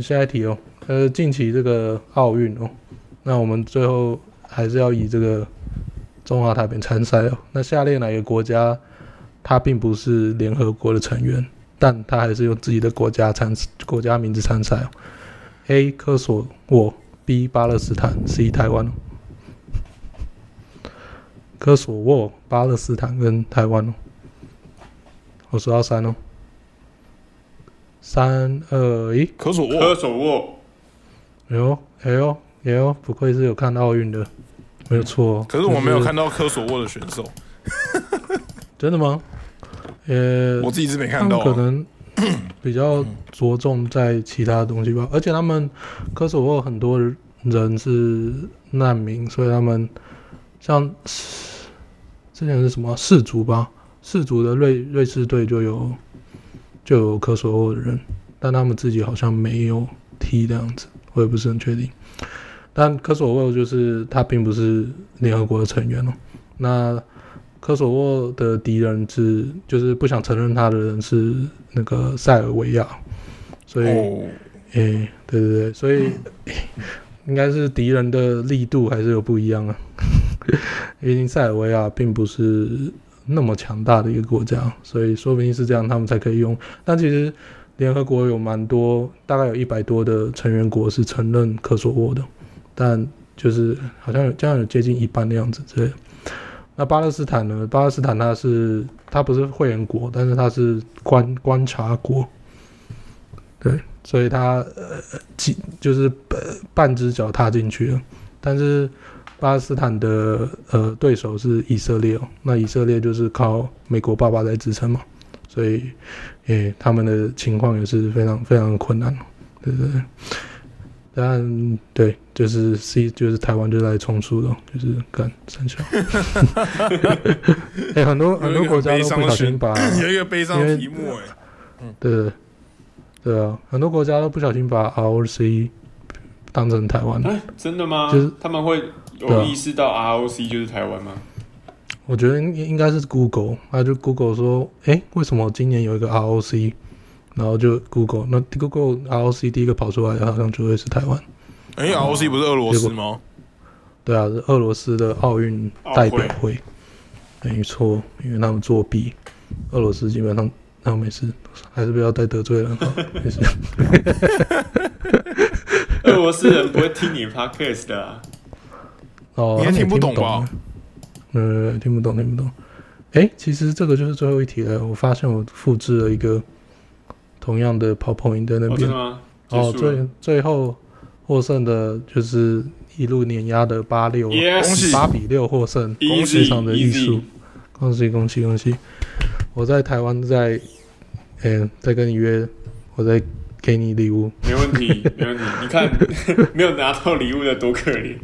S1: 下一题哦，呃，近期这个奥运哦，那我们最后还是要以这个中华台北参赛哦。那下列哪个国家它并不是联合国的成员，但它还是用自己的国家参国家名字参赛哦？A. 科索沃，B. 巴勒斯坦，C. 台湾哦。科索沃、巴勒斯坦跟台湾哦。我数到三哦，三二一，
S2: 科索
S3: 科
S2: 沃，
S3: 手沃，
S1: 哎呦哎呦哎呦，不愧是有看奥运的，没有错、哦。
S2: 可是我没有
S1: 就是
S2: 看到科索沃的选手，
S1: 真的吗？呃，
S2: 我自己是没
S1: 他
S2: 看
S1: 们
S2: 到啊，
S1: 可能比较着重在其他东西吧，而且他们科索沃很多人是难民，所以他们像之前是什么氏族吧，氏族的瑞瑞士队就有就有科索沃的人，但他们自己好像没有踢这样子，我也不是很确定。但科索沃就是它并不是联合国的成员哦，那科索沃的敌人是，就是不想承认他的人是那个塞尔维亚，所以，诶、
S2: 哦，
S1: 对对对，所以、诶应该是敌人的力度还是有不一样啊。 (laughs) 毕竟塞尔维亚并不是那么强大的一个国家，所以说不定是这样，他们才可以用。但其实联合国有蛮多，大概有一百多的成员国是承认科索沃的，但就是好像有这样有接近一半的样子之类的。那巴勒斯坦呢？巴勒斯坦它是它不是会员国，但是它是观观察国，对，所以它呃几就是、呃、半只脚踏进去了。但是巴勒斯坦的呃对手是以色列哦，那以色列就是靠美国爸爸在支撑嘛，所以诶他们的情况也是非常非常困难，哦对对对。但对，就是 C，就是台湾就来冲出的，就是干三
S2: (laughs)
S1: 小。 (laughs) 哎、很多很
S2: 有
S1: 多
S2: 一个
S1: 国
S2: 很
S1: 家
S2: 悲
S1: 都
S2: 伤
S1: 不
S2: 的
S1: 小
S2: 选
S1: 心把
S2: 有一个悲伤的题目哎、
S1: 对，对啊，很多国家都不小心把 ROC 当成台湾。
S3: 哎，真的吗？
S1: 就是
S3: 他们会
S1: 对
S3: 有
S1: 啊
S3: 意识到 ROC 就是台湾吗？
S1: 我觉得应应该是 Google，那就 Google 说，哎，为什么今年有一个 ROC？然后就 Google，那 Google ROC 第一个跑出来的好像就会是台湾。
S2: 哎、r o c 不是俄罗斯吗？
S1: 对啊，是俄罗斯的奥运代表会，没错，因为他们作弊，俄罗斯基本上那没事，还是不要再得罪人好，没事。
S3: 俄罗斯人不会听你 podcast 的、啊，
S1: 哦，
S2: 你还
S1: 他们也
S2: 听不
S1: 不
S2: 懂吧
S1: 懂啊？呃，听不懂，听不懂。哎、其实这个就是最后一题了。我发现我复制了一个同样的 PowerPoint 在那
S3: 哦，真
S1: 边。
S3: 的吗？
S1: 哦，
S3: 结束了
S1: 最最后获胜的就是一路碾压的八六，
S3: Yes
S2: 恭喜
S1: 八比六获胜，
S3: Easy，
S1: 非常的艺术
S3: easy，
S1: 恭喜恭喜恭喜！我在台湾在，哎、在跟你约，我在给你礼物。
S3: 没问题，
S1: (laughs)
S3: 没问题。你看， (laughs) 没有拿到礼物的多可怜，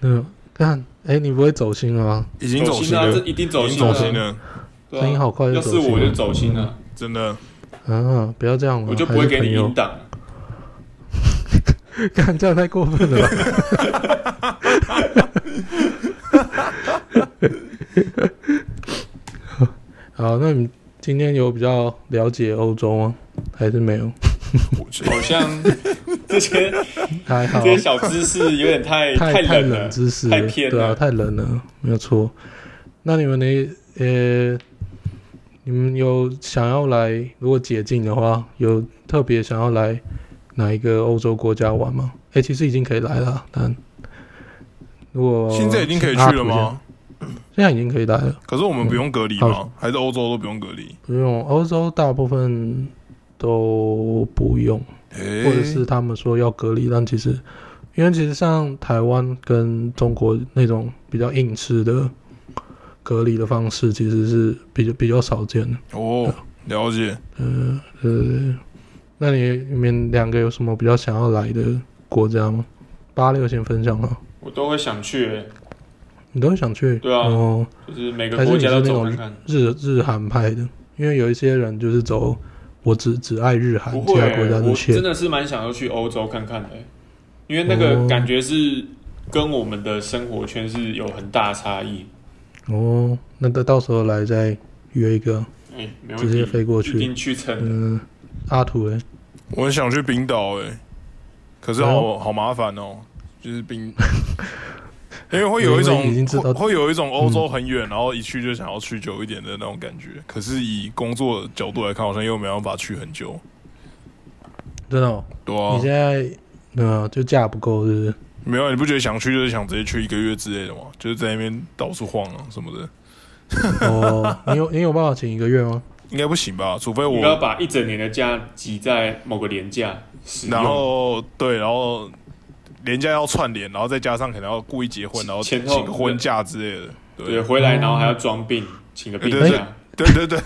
S1: 嗯，看，哎、你不会走心了吗？
S2: 已经走
S3: 心
S2: 心
S3: 啊，这
S2: 了，
S3: 一定
S2: 已
S3: 走
S2: 经
S3: 心
S2: 走
S3: 了，
S2: 心了，
S3: 对啊
S1: 声音好快就
S3: 要
S1: 走
S3: 是
S1: 心了
S3: 我就走心了，
S2: 真的。
S1: 啊，不要这样了，
S3: 我就不会给你
S1: 用
S3: 引。导。
S1: 干这样太过分了吧？好，那你今天有比较了解欧洲吗？还是没有？
S2: (laughs)
S3: 好像这些
S1: 还好
S3: 这，些小知识有点
S1: (laughs)
S3: 太
S1: 太太
S3: 冷了
S1: 冷，知识
S3: 太
S1: 了，
S3: 偏
S1: 对啊，
S3: 了。
S1: 太冷了，没有错。那你们的呃，你们有想要来？如果解禁的话，有特别想要来哪一个欧洲国家玩吗？哎、其实已经可以来了，但如果
S2: 现在已经可以去了吗？
S1: 现在已经可以来了，
S2: 可是我们不用隔离
S1: 呃
S2: 吗
S1: 嗯好？
S2: 还是欧洲都不用隔离？
S1: 不用。欧洲大部分都不用，
S2: 诶
S1: 或者是他们说要隔离，但其实因为其实像台湾跟中国那种比较硬式的隔离的方式，其实是比较比较少见的。
S2: 哦，了解。
S1: 呃呃，那你你们两个有什么比较想要来的国家吗？八六先分享啊，
S3: 我都会想去、欸
S1: 你都会想去？
S3: 对啊
S1: 哦，
S3: 就是每个
S1: 还是
S3: 国
S1: 你
S3: 家
S1: 是
S3: 都
S1: 那
S3: 走
S1: 种
S3: 看看。
S1: 日日韩派的，因为有一些人就是走我只只爱日韩
S3: 不，
S1: 其
S3: 会、欸
S1: 他国家
S3: 我
S1: 就
S3: 真
S1: 切。
S3: 的是蛮想要去欧洲看看的、欸因为那个
S1: 哦
S3: 感觉是跟我们的生活圈是有很大差异。
S1: 哦，那到到时候来再约一个。
S3: 哎、没问
S1: 直接
S3: 题，
S1: 飞过去
S3: 一定去蹭的。
S1: 嗯，阿土嘞，
S2: 我很想去冰岛诶、可
S1: 哎
S2: 是好好麻烦哦，就是冰， (laughs) 因为会有
S1: (laughs)
S2: 一
S1: 因为已经
S2: 种
S1: 知道嗯
S2: 会会有一种欧洲很远，然后一去就想要去久一点的那种感觉。可是以工作的角度来看，好像又没办法去很久。
S1: 真的、哦，
S2: 对啊
S1: 你，现在嗯、就假不够是不是？
S2: 没有啊你不觉得想去就是想直接去一个月之类的吗？就是在那边到处晃啊什么的，
S1: 哦，你有你有办法请一个月
S2: (laughs)
S1: 吗？
S2: 应该不行吧？除非
S3: 你不要
S2: 我，
S3: 把一整年的假挤在某个年假使
S2: 然
S3: 用，
S2: 后对，然后连假要串联，然后再加上可能要故意结婚，然后请
S3: 前后
S2: 个婚假之类的。
S3: 对，
S2: 对
S3: 回
S1: 哦
S3: 来然后还要装病，请个病
S2: 对
S3: 假。
S2: 对对对，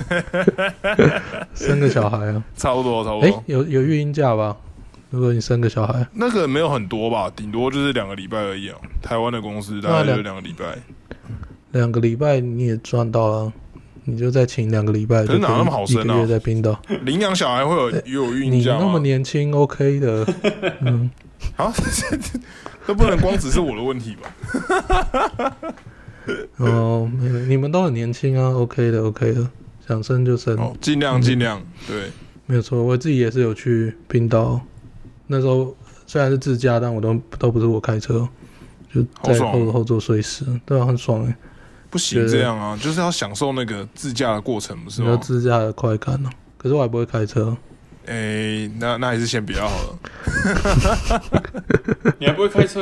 S2: (laughs)
S1: 生个小孩啊？
S2: 差不多差不
S1: 哎、
S2: 多。
S1: 有有育婴假吧？如果你生个小孩，
S2: 那个没有很多吧，顶多就是两个礼拜而已啊。台湾的公司大概
S1: 啊
S2: 就是两个礼拜，
S1: 两个礼拜你也赚到了，你就再请两个礼拜，
S2: 可是哪那么好生啊
S1: 就可以一个月在冰岛，
S2: 领养小孩会有也有孕
S1: 你
S2: 假
S1: 那么
S2: 吗？
S1: 年轻，OK 的，
S2: (laughs)
S1: 嗯，
S2: 啊， (laughs) 这不能光只是我的问题吧？
S1: 哦，没有你们都很年轻啊，OK 的，OK 的，想生就生，
S2: 哦，尽量尽量，对，
S1: 没有错，我自己也是有去冰岛，那时候虽然是自驾，但我都都不是我开车，就
S2: 好
S1: 在
S2: 爽啊
S1: 后后座睡死，对啊，很爽哎、
S2: 不行这样啊，就是要享受那个自驾的过程，不是
S1: 比较
S2: 吗？
S1: 自驾的快感呢、可是我还不会开车，
S2: 哎，那那还是先不要好了。
S3: 你还不会开车？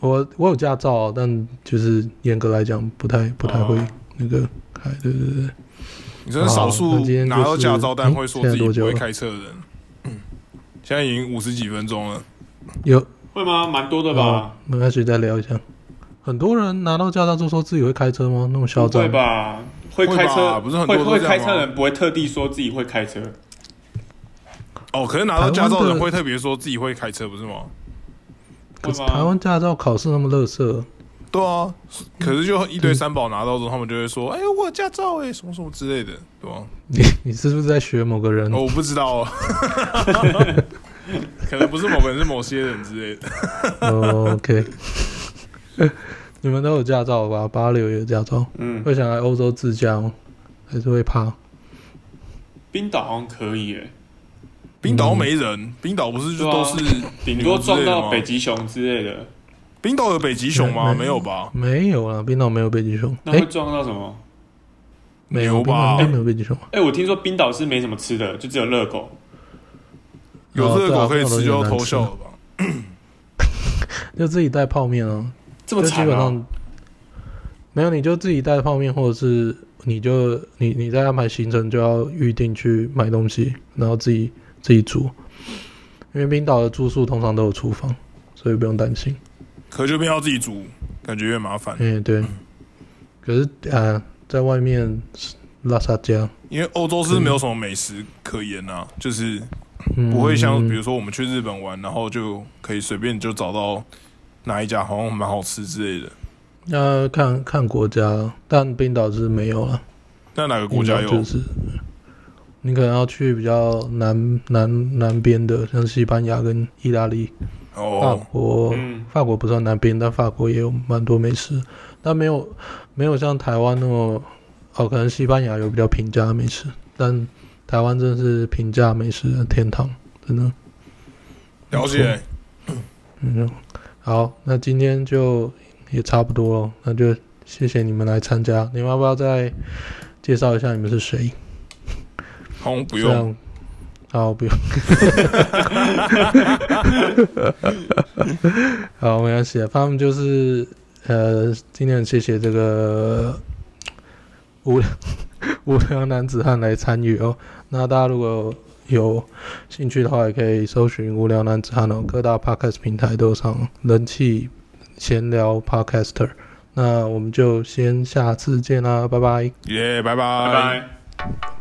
S1: 我我有驾照，哦但就是严格来讲不太不太会
S3: 哦
S1: 那个开，对对对。
S2: 你真是少
S1: 好
S2: 数
S1: 那今天就是
S2: 拿到驾照但会说自
S1: 嗯现在
S2: 己
S1: 多
S2: 不
S1: 久了
S2: 会开车的人。嗯，现在已经五十几分钟了，
S1: 有
S3: 会吗？蛮多的
S1: 哦
S3: 吧？
S1: 没关系，再聊一下。很多人拿到驾照就说自己会开车吗？那么嚣
S3: 不会
S1: 张？
S3: 吧？会
S2: 会
S3: 开
S2: 吧
S3: 车，
S2: 不是很多
S3: 会
S2: 都
S3: 会
S2: 这样
S3: 开车
S2: 吗
S3: 的人不会特地说自己会开车，
S2: 哦，可是拿到驾照的
S1: 台湾
S2: 人
S1: 的
S2: 会特别说自己会开车，不是吗？
S1: 可
S3: 会
S1: 是
S3: 吗？
S1: 台湾驾照考试那么乐色，
S2: 对啊，可是就一堆三宝拿到之后，他们就会说：“哎、我有驾照哎、什么什么之类的，对吧、
S1: 你你是不是在学某个人？
S2: 哦，我不知道、
S1: (laughs)
S2: 哦，可能不是某个人，是某些人之类的。
S1: 哦 OK，你们都有驾照吧？八六也有驾照，
S3: 嗯，
S1: 会想来欧洲自驾吗？还是会怕？
S3: 冰岛好像可以诶，
S2: 冰岛没人，冰岛不是
S1: 啊
S2: 就都是
S3: 顶多撞到北
S2: 极？
S3: 极熊之类的，
S2: 冰岛有北极熊吗？
S1: 没
S2: 没有吧？
S1: 没有啦，冰岛没有北极熊。
S3: 那
S1: 哎、
S3: 会撞到什么？
S1: 没有，
S2: 牛
S1: 冰岛
S2: 吧
S1: 应该没有北极熊。
S3: 哎、我听说冰岛是没什么吃的，就只有热狗。
S2: 有这个
S1: 哦
S2: 狗可以吃就
S1: 对啊
S2: 偷笑了吧？
S1: 就自己带泡面啊，
S3: 这么
S1: 就基
S3: 惨
S1: 本
S3: 啊！
S1: 上没有，你就自己带泡面，或者是你就你你在安排行程就要预定去买东西，然后自己自己煮，因为冰岛的住宿通常都有厨房，所以不用担心。
S2: 可就变要自己煮，感觉越麻烦。
S1: 嗯，对。可是呃，在外面拉萨加，
S2: 因为欧洲是没有什么美食可言啊，就是
S1: 嗯、
S2: 不会像比如说我们去日本玩，然后就可以随便就找到哪一家好像蛮好吃之类的。
S1: 那、嗯看看国家，但冰岛是没有啊了。
S2: 那哪个国家有
S1: 冰岛？嗯就是你可能要去比较南南南边的，像西班牙跟意大利、法
S2: 哦，
S1: 国。
S3: 嗯，
S1: 法国不算南边，但法国也有蛮多美食，但没有没有像台湾那么哦，可能西班牙有比较平价的美食，但台湾真的是平价美食的天堂，真的。
S2: 了解。
S1: 嗯，好，那今天就也差不多了，那就谢谢你们来参加。你们要不要再介绍一下你们是谁？
S2: 好像不
S1: 不
S2: 用。。
S1: 好，不用。 (laughs) 好，没关系。他们就是呃，今天很谢谢这个无良无良男子汉来参与哦。那大家如果有兴趣的话，也可以搜寻“无聊男子汉”哦，各大 podcast 平台都有上哦人气闲聊 podcaster。那我们就先下次见啦，拜拜。
S2: 耶，拜
S3: 拜
S2: 拜。
S3: 拜。